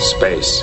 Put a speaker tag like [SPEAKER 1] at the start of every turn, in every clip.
[SPEAKER 1] Space,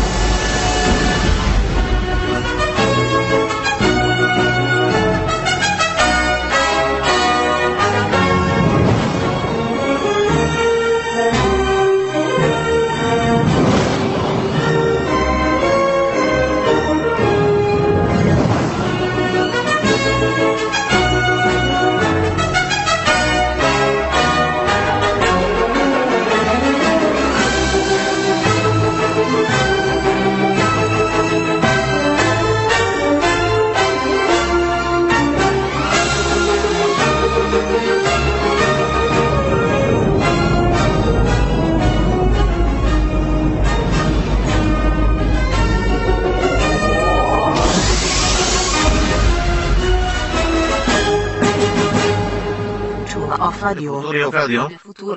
[SPEAKER 2] Future of radio.
[SPEAKER 3] Future of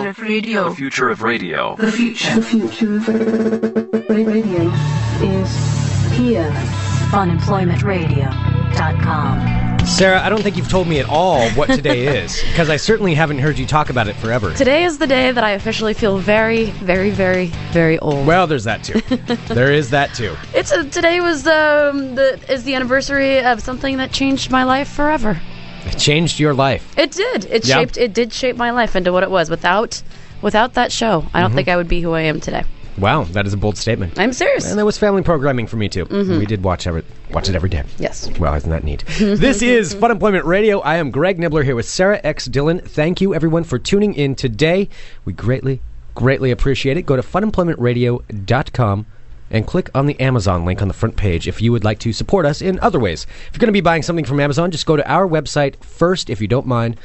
[SPEAKER 3] radio.
[SPEAKER 2] The future of radio.
[SPEAKER 3] The future of radio.
[SPEAKER 2] The future.
[SPEAKER 4] The future of radio is here.
[SPEAKER 5] FunemploymentRadio.com.
[SPEAKER 6] Sarah, I don't think you've told me at all what today is, because I certainly haven't heard you talk about it forever.
[SPEAKER 7] Today is the day that I officially feel very, very, very, very old.
[SPEAKER 6] Well, there's that too. there is that too.
[SPEAKER 7] it's uh today was um, the is the anniversary of something that changed my life forever.
[SPEAKER 6] It changed your life.
[SPEAKER 7] It did. It
[SPEAKER 6] Yeah.
[SPEAKER 7] shaped. It did shape my life into what it was. Without without that show, I
[SPEAKER 6] Mm-hmm.
[SPEAKER 7] don't think I would be who I am today.
[SPEAKER 6] Wow, that is a bold statement.
[SPEAKER 7] I'm serious.
[SPEAKER 6] And that was family programming for me too. We did watch every, watch it every day.
[SPEAKER 7] Mm-hmm. Yes.
[SPEAKER 6] Well, isn't that neat? this is Fun Employment Radio. I am Greg Nibbler here with Sarah X. Dillon. Thank you, everyone, for tuning in today. We greatly, greatly appreciate it. Go to funemploymentradio.com and click on the Amazon link on the front page if you would like to support us in other ways. If you're going to be buying something from Amazon, just go to our website first, if you don't mind,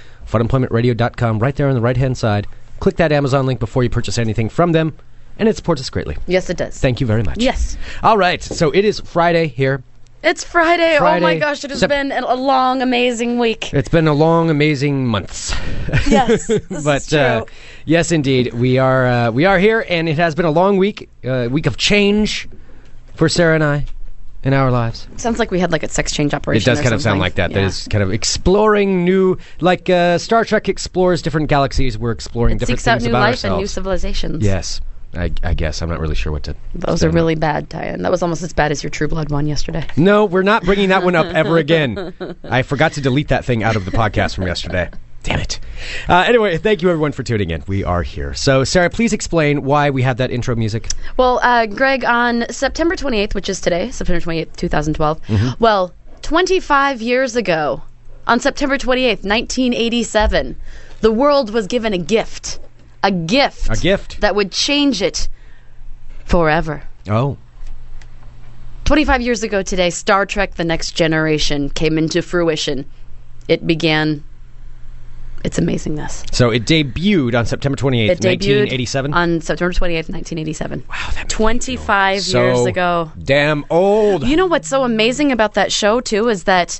[SPEAKER 6] funemploymentradio.com, right there on the right hand side. Click that Amazon link before you purchase anything from them, and it supports us greatly.
[SPEAKER 7] Yes, it does.
[SPEAKER 6] Thank you very much.
[SPEAKER 7] Yes.
[SPEAKER 6] All right. So it is Friday here.
[SPEAKER 7] It's Friday. Oh my
[SPEAKER 6] Friday,
[SPEAKER 7] gosh, it has
[SPEAKER 6] Sep-
[SPEAKER 7] been a a long, amazing week.
[SPEAKER 6] It's been a long, amazing months.
[SPEAKER 7] Yes, this
[SPEAKER 6] but
[SPEAKER 7] is true.
[SPEAKER 6] Uh, yes, indeed, we are uh, we are here, and it has been a long week, uh, week of change for Sarah and I in our lives.
[SPEAKER 7] Sounds like we had like a sex change operation.
[SPEAKER 6] it does
[SPEAKER 7] or
[SPEAKER 6] kind of sound
[SPEAKER 7] something.
[SPEAKER 6] like that. That
[SPEAKER 7] Yeah.
[SPEAKER 6] is kind of exploring new, like uh, Star Trek explores different galaxies. We're exploring different
[SPEAKER 7] Seeks out
[SPEAKER 6] things
[SPEAKER 7] new
[SPEAKER 6] about
[SPEAKER 7] life
[SPEAKER 6] ourselves.
[SPEAKER 7] and new civilizations.
[SPEAKER 6] yes, I, I guess I'm not really sure what to.
[SPEAKER 7] That was a really bad tie-in. That was almost as bad as your True Blood one yesterday.
[SPEAKER 6] No, we're not bringing that one up ever again. I forgot to delete that thing out of the podcast from yesterday. Damn it. Uh, anyway, thank you everyone for tuning in. We are here. So, Sarah, please explain why we have that intro music.
[SPEAKER 7] Well, uh, Greg, on September 28th, which is today, September 28th, 2012,
[SPEAKER 6] Mm-hmm.
[SPEAKER 7] well, 25 years ago, on September 28th, 1987, the world was given a gift. A gift.
[SPEAKER 6] A gift.
[SPEAKER 7] That would change it forever.
[SPEAKER 6] Oh,
[SPEAKER 7] 25 years ago today, Star Trek The Next Generation came into fruition. It began. It's amazingness.
[SPEAKER 6] so it debuted on September 28th,
[SPEAKER 7] It debuted
[SPEAKER 6] 1987.
[SPEAKER 7] on September 28th, 1987. Wow, that 25
[SPEAKER 6] so
[SPEAKER 7] years ago.
[SPEAKER 6] Damn old.
[SPEAKER 7] You know what's so amazing about that show too is that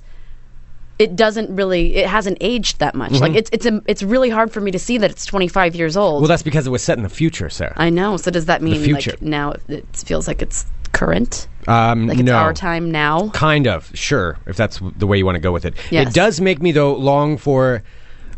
[SPEAKER 7] it doesn't really it hasn't aged that much. Like it's it's a- it's really hard for me to see that it's 25 years old.
[SPEAKER 6] Mm-hmm. well, that's because it was set in the future, Sarah.
[SPEAKER 7] I know. So does that mean
[SPEAKER 6] future.
[SPEAKER 7] like now it- it feels like it's current?
[SPEAKER 6] Um,
[SPEAKER 7] Like it's
[SPEAKER 6] no.
[SPEAKER 7] our time now.
[SPEAKER 6] Kind of, sure, if that's w- the way you want to go with it. It
[SPEAKER 7] Yes.
[SPEAKER 6] does make me though long for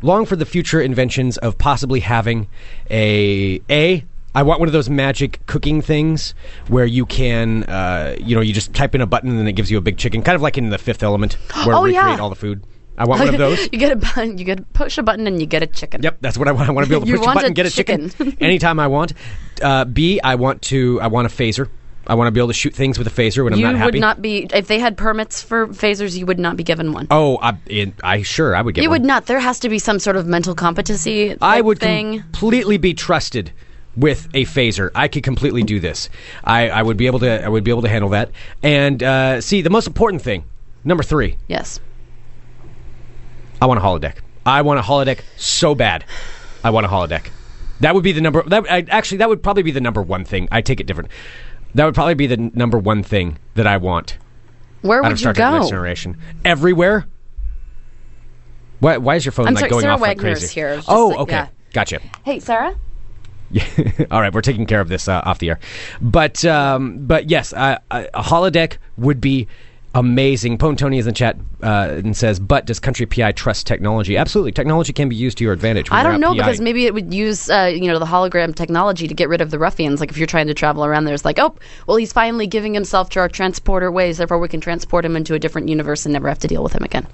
[SPEAKER 6] long for the future inventions of possibly having a a I want one of those magic cooking things where you can, uh, you know, you just type in a button and then it gives you a big chicken, kind of like in the Fifth Element, where
[SPEAKER 7] Oh,
[SPEAKER 6] we create
[SPEAKER 7] yeah.
[SPEAKER 6] all the food. I want one of those.
[SPEAKER 7] you get a button, you get a push a button and you get a chicken.
[SPEAKER 6] Yep, that's what I want. I want to be able to
[SPEAKER 7] You
[SPEAKER 6] push a
[SPEAKER 7] want
[SPEAKER 6] button,
[SPEAKER 7] a
[SPEAKER 6] get a chicken,
[SPEAKER 7] chicken.
[SPEAKER 6] anytime I want. Uh, B, I want to. I want a phaser. I want to be able to shoot things with a phaser when
[SPEAKER 7] you
[SPEAKER 6] I'm not happy.
[SPEAKER 7] would not be if they had permits for phasers. You would not be given one.
[SPEAKER 6] oh, I, it, I sure I would get.
[SPEAKER 7] you
[SPEAKER 6] one.
[SPEAKER 7] would not. There has to be some sort of mental competency.
[SPEAKER 6] I
[SPEAKER 7] like,
[SPEAKER 6] would
[SPEAKER 7] thing.
[SPEAKER 6] completely be trusted with a phaser. I could completely do this. I, I would be able to. I would be able to handle that. And uh, see, the most important thing, number three,
[SPEAKER 7] yes.
[SPEAKER 6] I want a holodeck. I want a holodeck so bad. I want a holodeck. That would be the number. That I, actually, that would probably be the number one thing. I take it different. That would probably be the n- number one thing that I want
[SPEAKER 7] Where
[SPEAKER 6] out
[SPEAKER 7] would
[SPEAKER 6] of
[SPEAKER 7] you
[SPEAKER 6] Star Trek: The Next
[SPEAKER 7] go?
[SPEAKER 6] Generation. Everywhere. Why, why is your phone
[SPEAKER 7] I'm
[SPEAKER 6] like
[SPEAKER 7] sorry,
[SPEAKER 6] going
[SPEAKER 7] Sarah
[SPEAKER 6] off like
[SPEAKER 7] Wagner's
[SPEAKER 6] crazy?
[SPEAKER 7] here. It's just
[SPEAKER 6] Oh,
[SPEAKER 7] like-
[SPEAKER 6] okay,
[SPEAKER 7] yeah.
[SPEAKER 6] gotcha.
[SPEAKER 7] Hey, Sarah.
[SPEAKER 6] All right, we're taking care of this uh, off the air, but um, but yes, uh, a a holodeck would be amazing. Pone Tony is in chat uh, and says, "But does Country PI trust technology? Absolutely, technology can be used to your advantage." when
[SPEAKER 7] I
[SPEAKER 6] you're
[SPEAKER 7] don't
[SPEAKER 6] out
[SPEAKER 7] know
[SPEAKER 6] PI.
[SPEAKER 7] because maybe it would use uh, you know the hologram technology to get rid of the ruffians. Like if you're trying to travel around, there's like oh well he's finally giving himself to our transporter ways, therefore we can transport him into a different universe and never have to deal with him again.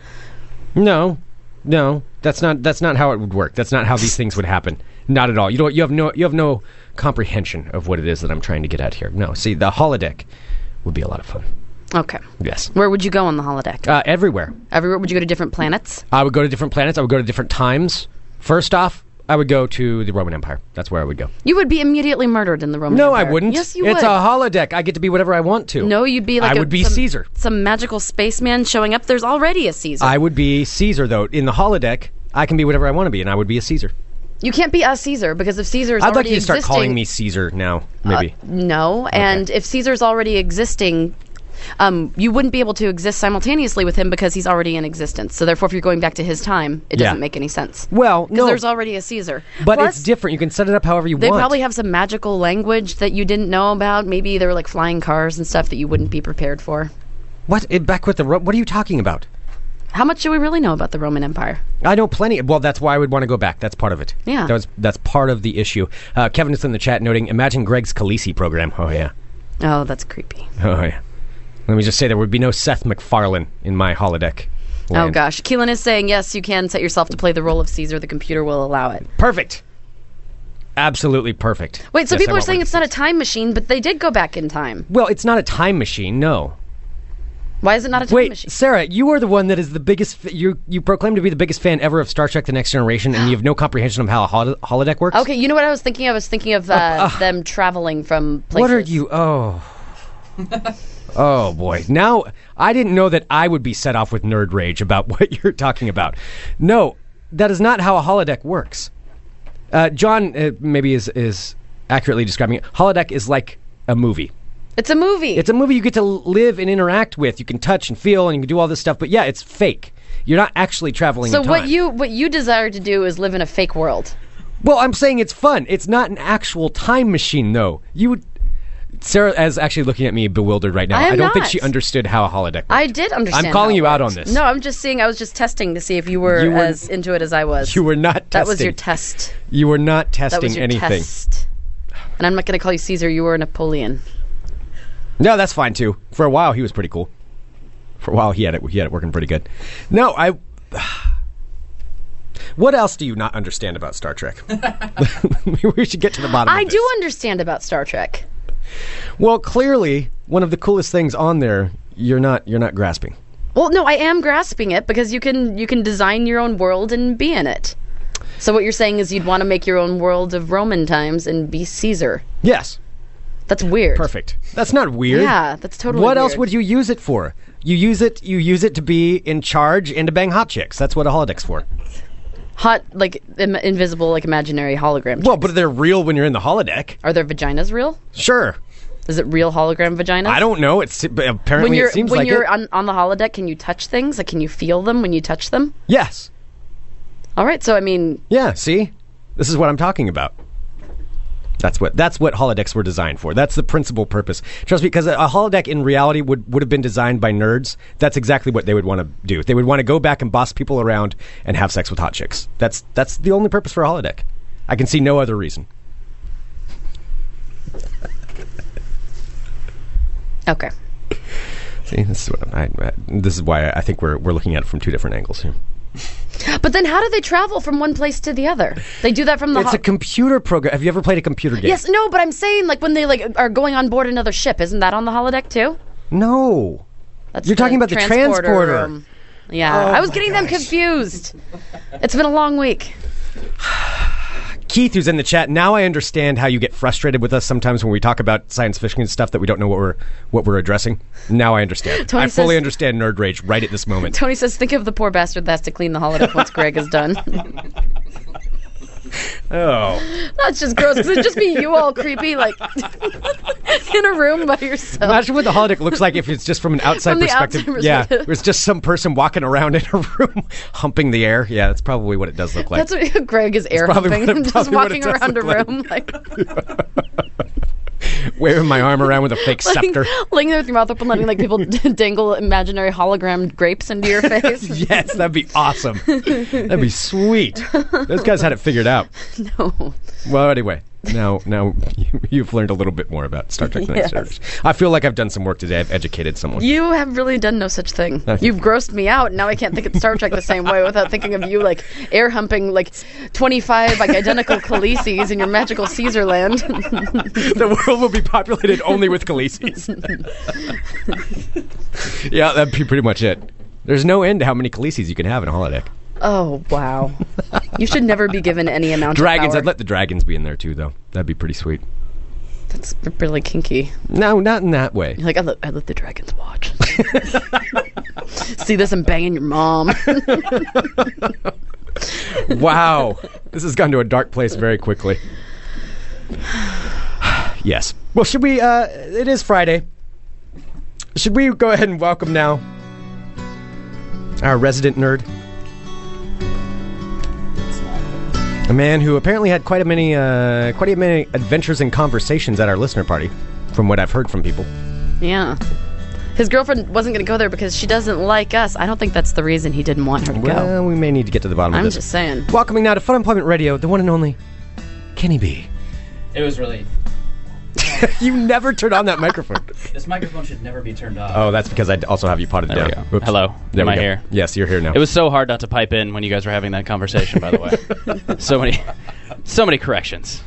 [SPEAKER 6] no, no, that's not that's not how it would work. That's not how these things would happen. Not at all. You don't. You have no. You have no comprehension of what it is that I'm trying to get at here. No. See, the holodeck would be a lot of fun.
[SPEAKER 7] Okay.
[SPEAKER 6] Yes.
[SPEAKER 7] Where would you go on the holodeck?
[SPEAKER 6] Uh, everywhere.
[SPEAKER 7] Everywhere? Would you go to different planets?
[SPEAKER 6] I would go to different planets. I would go to different times. First off, I would go to the Roman Empire. That's where I would go.
[SPEAKER 7] You would be immediately murdered in the Roman.
[SPEAKER 6] No, I
[SPEAKER 7] Empire.
[SPEAKER 6] wouldn't.
[SPEAKER 7] Yes, you
[SPEAKER 6] it's
[SPEAKER 7] would.
[SPEAKER 6] a holodeck. I get to be whatever I want to.
[SPEAKER 7] no, you'd be like
[SPEAKER 6] I
[SPEAKER 7] a-
[SPEAKER 6] would be
[SPEAKER 7] some-
[SPEAKER 6] Caesar.
[SPEAKER 7] some magical spaceman showing up. There's already a Caesar.
[SPEAKER 6] I would be Caesar though. In the holodeck, I can be whatever I want to be, and I would be a Caesar.
[SPEAKER 7] you can't be a Caesar because if Caesar is
[SPEAKER 6] I'd like
[SPEAKER 7] already Uh,
[SPEAKER 6] you to start
[SPEAKER 7] existing,
[SPEAKER 6] calling me Caesar now, maybe.
[SPEAKER 7] No, and if Caesar's already existing, um, you wouldn't be able to exist simultaneously with him because he's already in existence. So therefore, if you're going back to his time, it
[SPEAKER 6] Yeah.
[SPEAKER 7] doesn't make any sense.
[SPEAKER 6] well,
[SPEAKER 7] because
[SPEAKER 6] no,
[SPEAKER 7] there's already a Caesar.
[SPEAKER 6] but
[SPEAKER 7] Plus,
[SPEAKER 6] it's different. You can set it up however you
[SPEAKER 7] They
[SPEAKER 6] want.
[SPEAKER 7] probably have some magical language that you didn't know about. Maybe they were like flying cars and stuff that you wouldn't be prepared for.
[SPEAKER 6] what it, back with the Ro- what are you talking about?
[SPEAKER 7] How much do we really know about the Roman Empire?
[SPEAKER 6] I know plenty. Well, that's why I would want to go back. That's part of it.
[SPEAKER 7] Yeah.
[SPEAKER 6] that was, that's part of the issue. Uh, Kevin is in the chat noting. Imagine Greg's Khaleesi program. Oh yeah.
[SPEAKER 7] Oh, that's creepy.
[SPEAKER 6] Oh yeah. Let me just say there would be no Seth MacFarlane in my holodeck.
[SPEAKER 7] Oh
[SPEAKER 6] land.
[SPEAKER 7] gosh, Keelan is saying yes. You can set yourself to play the role of Caesar. The computer will allow it.
[SPEAKER 6] Perfect. Absolutely perfect.
[SPEAKER 7] Wait, so
[SPEAKER 6] Yes, I
[SPEAKER 7] people are
[SPEAKER 6] want
[SPEAKER 7] saying
[SPEAKER 6] one.
[SPEAKER 7] it's not a time machine, but they did go back in time.
[SPEAKER 6] Well, it's not a time machine, no.
[SPEAKER 7] Why is it not a time
[SPEAKER 6] Wait,
[SPEAKER 7] machine?
[SPEAKER 6] Sarah, you are the one that is the biggest. F- you you proclaim to be the biggest fan ever of Star Trek: The Next Generation, and you have no comprehension of how a hol- holodeck works.
[SPEAKER 7] Okay, you know what I was thinking? I was thinking of uh, them traveling from places.
[SPEAKER 6] What are you? Oh. oh boy. Now I didn't know that I would be set off with nerd rage about what you're talking about. No, that is not how a holodeck works. Uh, John uh, maybe is is accurately describing it. Holodeck is like a movie.
[SPEAKER 7] It's a movie.
[SPEAKER 6] It's a movie you get to live and interact with. You can touch and feel and you can do all this stuff, but yeah, it's fake. You're not actually traveling.
[SPEAKER 7] so
[SPEAKER 6] in
[SPEAKER 7] what
[SPEAKER 6] time.
[SPEAKER 7] you what you desire to do is live in a fake world.
[SPEAKER 6] Well, I'm saying it's fun. It's not an actual time machine, though. You would. Sarah is actually looking at me bewildered right now.
[SPEAKER 7] I am
[SPEAKER 6] don't think
[SPEAKER 7] not.
[SPEAKER 6] she understood how a holodeck. Works.
[SPEAKER 7] I did understand.
[SPEAKER 6] I'm calling
[SPEAKER 7] how it
[SPEAKER 6] you out
[SPEAKER 7] worked.
[SPEAKER 6] on this.
[SPEAKER 7] No, I'm just seeing. I was just testing to see if you were
[SPEAKER 6] You were-
[SPEAKER 7] as into it as I was.
[SPEAKER 6] you were not.
[SPEAKER 7] That
[SPEAKER 6] testing.
[SPEAKER 7] was your test.
[SPEAKER 6] You were not testing
[SPEAKER 7] That was your
[SPEAKER 6] anything.
[SPEAKER 7] test. And I'm not going to call you Caesar. You were Napoleon.
[SPEAKER 6] No, that's fine too. For a while, he was pretty cool. For a while, he had it. He had it working pretty good. No, I. What else do you not understand about Star Trek? we should get to the bottom.
[SPEAKER 7] I
[SPEAKER 6] of this.
[SPEAKER 7] do understand about Star Trek.
[SPEAKER 6] Well, clearly, one of the coolest things on there, you're not you're not grasping.
[SPEAKER 7] Well, no, I am grasping it because you can you can design your own world and be in it. So what you're saying is you'd want to make your own world of Roman times and be Caesar.
[SPEAKER 6] Yes,
[SPEAKER 7] That's weird.
[SPEAKER 6] perfect. That's not weird.
[SPEAKER 7] Yeah, that's totally.
[SPEAKER 6] what else
[SPEAKER 7] weird.
[SPEAKER 6] would you use it for? You use it. You use it to be in charge and to bang hot chicks. That's what a holodeck's for.
[SPEAKER 7] hot like Im- invisible like imaginary hologram?
[SPEAKER 6] Well, but they're real when you're in the holodeck.
[SPEAKER 7] Are their vaginas real?
[SPEAKER 6] Sure.
[SPEAKER 7] Is it real hologram vaginas?
[SPEAKER 6] I don't know. It's but apparently
[SPEAKER 7] When you're
[SPEAKER 6] it seems
[SPEAKER 7] when
[SPEAKER 6] like
[SPEAKER 7] you're
[SPEAKER 6] it.
[SPEAKER 7] on on the holodeck, can you touch things? Like, can you feel them when you touch them?
[SPEAKER 6] yes.
[SPEAKER 7] All right, so I mean,
[SPEAKER 6] Yeah. See, this is what I'm talking about. That's what that's what holodecks were designed for. That's the principal purpose. Trust me, because a, a holodeck in reality would would have been designed by nerds. That's exactly what they would want to do. They would want to go back and boss people around and have sex with hot chicks. That's that's the only purpose for a holodeck. I can see no other reason.
[SPEAKER 7] okay.
[SPEAKER 6] See, this is what I, I, this is why I think we're we're looking at it from two different angles here.
[SPEAKER 7] But then, how do they travel from one place to the other? They do that from the.
[SPEAKER 6] It's
[SPEAKER 7] ho-
[SPEAKER 6] a computer program. Have you ever played a computer game?
[SPEAKER 7] yes, no, but I'm saying like when they like are going on board another ship, isn't that on the holodeck too?
[SPEAKER 6] No.
[SPEAKER 7] That's
[SPEAKER 6] You're talking about the transporter. Oh
[SPEAKER 7] room. Yeah, I was getting them confused. It's been a long week.
[SPEAKER 6] Keith, who's in the chat, now I understand how you get frustrated with us sometimes when we talk about science fiction and stuff that we don't know what we're what we're addressing. Now I understand.
[SPEAKER 7] Tony
[SPEAKER 6] I fully
[SPEAKER 7] says-
[SPEAKER 6] understand nerd rage right at this moment.
[SPEAKER 7] Tony says, "Think of the poor bastard that has to clean the holodeck once Greg is done."
[SPEAKER 6] Oh,
[SPEAKER 7] That's just gross. Cause it'd just be you all creepy, like in a room by yourself.
[SPEAKER 6] imagine what the holodeck looks like if it's just from an outside
[SPEAKER 7] From the
[SPEAKER 6] perspective.
[SPEAKER 7] outside
[SPEAKER 6] yeah,
[SPEAKER 7] perspective.
[SPEAKER 6] it's just some person walking around in a room, humping the air. Yeah, that's probably what it does look like.
[SPEAKER 7] That's what Greg is air
[SPEAKER 6] probably
[SPEAKER 7] humping,
[SPEAKER 6] what it-
[SPEAKER 7] just
[SPEAKER 6] probably what it
[SPEAKER 7] walking
[SPEAKER 6] does
[SPEAKER 7] around a
[SPEAKER 6] look like.
[SPEAKER 7] room like,
[SPEAKER 6] Waving my arm around with a fake
[SPEAKER 7] like
[SPEAKER 6] scepter.
[SPEAKER 7] laying there with your mouth open, letting like people dangle imaginary hologram grapes into your face.
[SPEAKER 6] Yes, that'd be awesome. that'd be sweet. Those guys had it figured out.
[SPEAKER 7] No.
[SPEAKER 6] Well, anyway, now now you- you've learned a little bit more about Star Trek: The Next
[SPEAKER 7] Yes.
[SPEAKER 6] Generation. I feel like I've done some work today. I've educated someone.
[SPEAKER 7] You have really done no such thing. You've grossed me out. and Now I can't think of Star Trek the same way without thinking of you like air humping like twenty five like identical Khaleesi's in your magical Caesar land.
[SPEAKER 6] the world will be populated only with Khaleesi's. yeah, that'd be pretty much it. There's no end to how many Khaleesi's you can have in a holodeck.
[SPEAKER 7] oh wow. You should never be given any amount
[SPEAKER 6] Dragons.
[SPEAKER 7] of
[SPEAKER 6] I'd
[SPEAKER 7] power.
[SPEAKER 6] let the dragons be in there too, though. That'd be pretty sweet.
[SPEAKER 7] That's really kinky.
[SPEAKER 6] No, not in that way.
[SPEAKER 7] You're like, I let, I let the dragons watch. See this and banging your mom.
[SPEAKER 6] Wow. this has gone to a dark place very quickly. yes. Well, should we uh it is Friday. Should we go ahead and welcome now our resident nerd? A man who apparently had quite a many uh quite a many adventures and conversations at our listener party from what I've heard from people.
[SPEAKER 7] yeah. His girlfriend wasn't going to go there because she doesn't like us. I don't think that's the reason he didn't want her to go.
[SPEAKER 6] Well, we may need to get to the bottom
[SPEAKER 7] I'm
[SPEAKER 6] of this.
[SPEAKER 7] just saying.
[SPEAKER 6] Welcoming now to Fun Employment Radio, the one and only Kenny B.
[SPEAKER 5] It was really.
[SPEAKER 6] You never turn on that microphone.
[SPEAKER 5] This microphone should never be turned off.
[SPEAKER 6] Oh, that's because I also have you potted
[SPEAKER 5] There
[SPEAKER 6] down.
[SPEAKER 5] we go.
[SPEAKER 6] Oops.
[SPEAKER 5] Hello.
[SPEAKER 6] There
[SPEAKER 5] Am
[SPEAKER 6] we
[SPEAKER 5] I
[SPEAKER 6] go.
[SPEAKER 5] here?
[SPEAKER 6] Yes, you're here now.
[SPEAKER 7] Oh.
[SPEAKER 5] It was so hard not to pipe in when you guys were having that conversation. By the way, so many, so many corrections.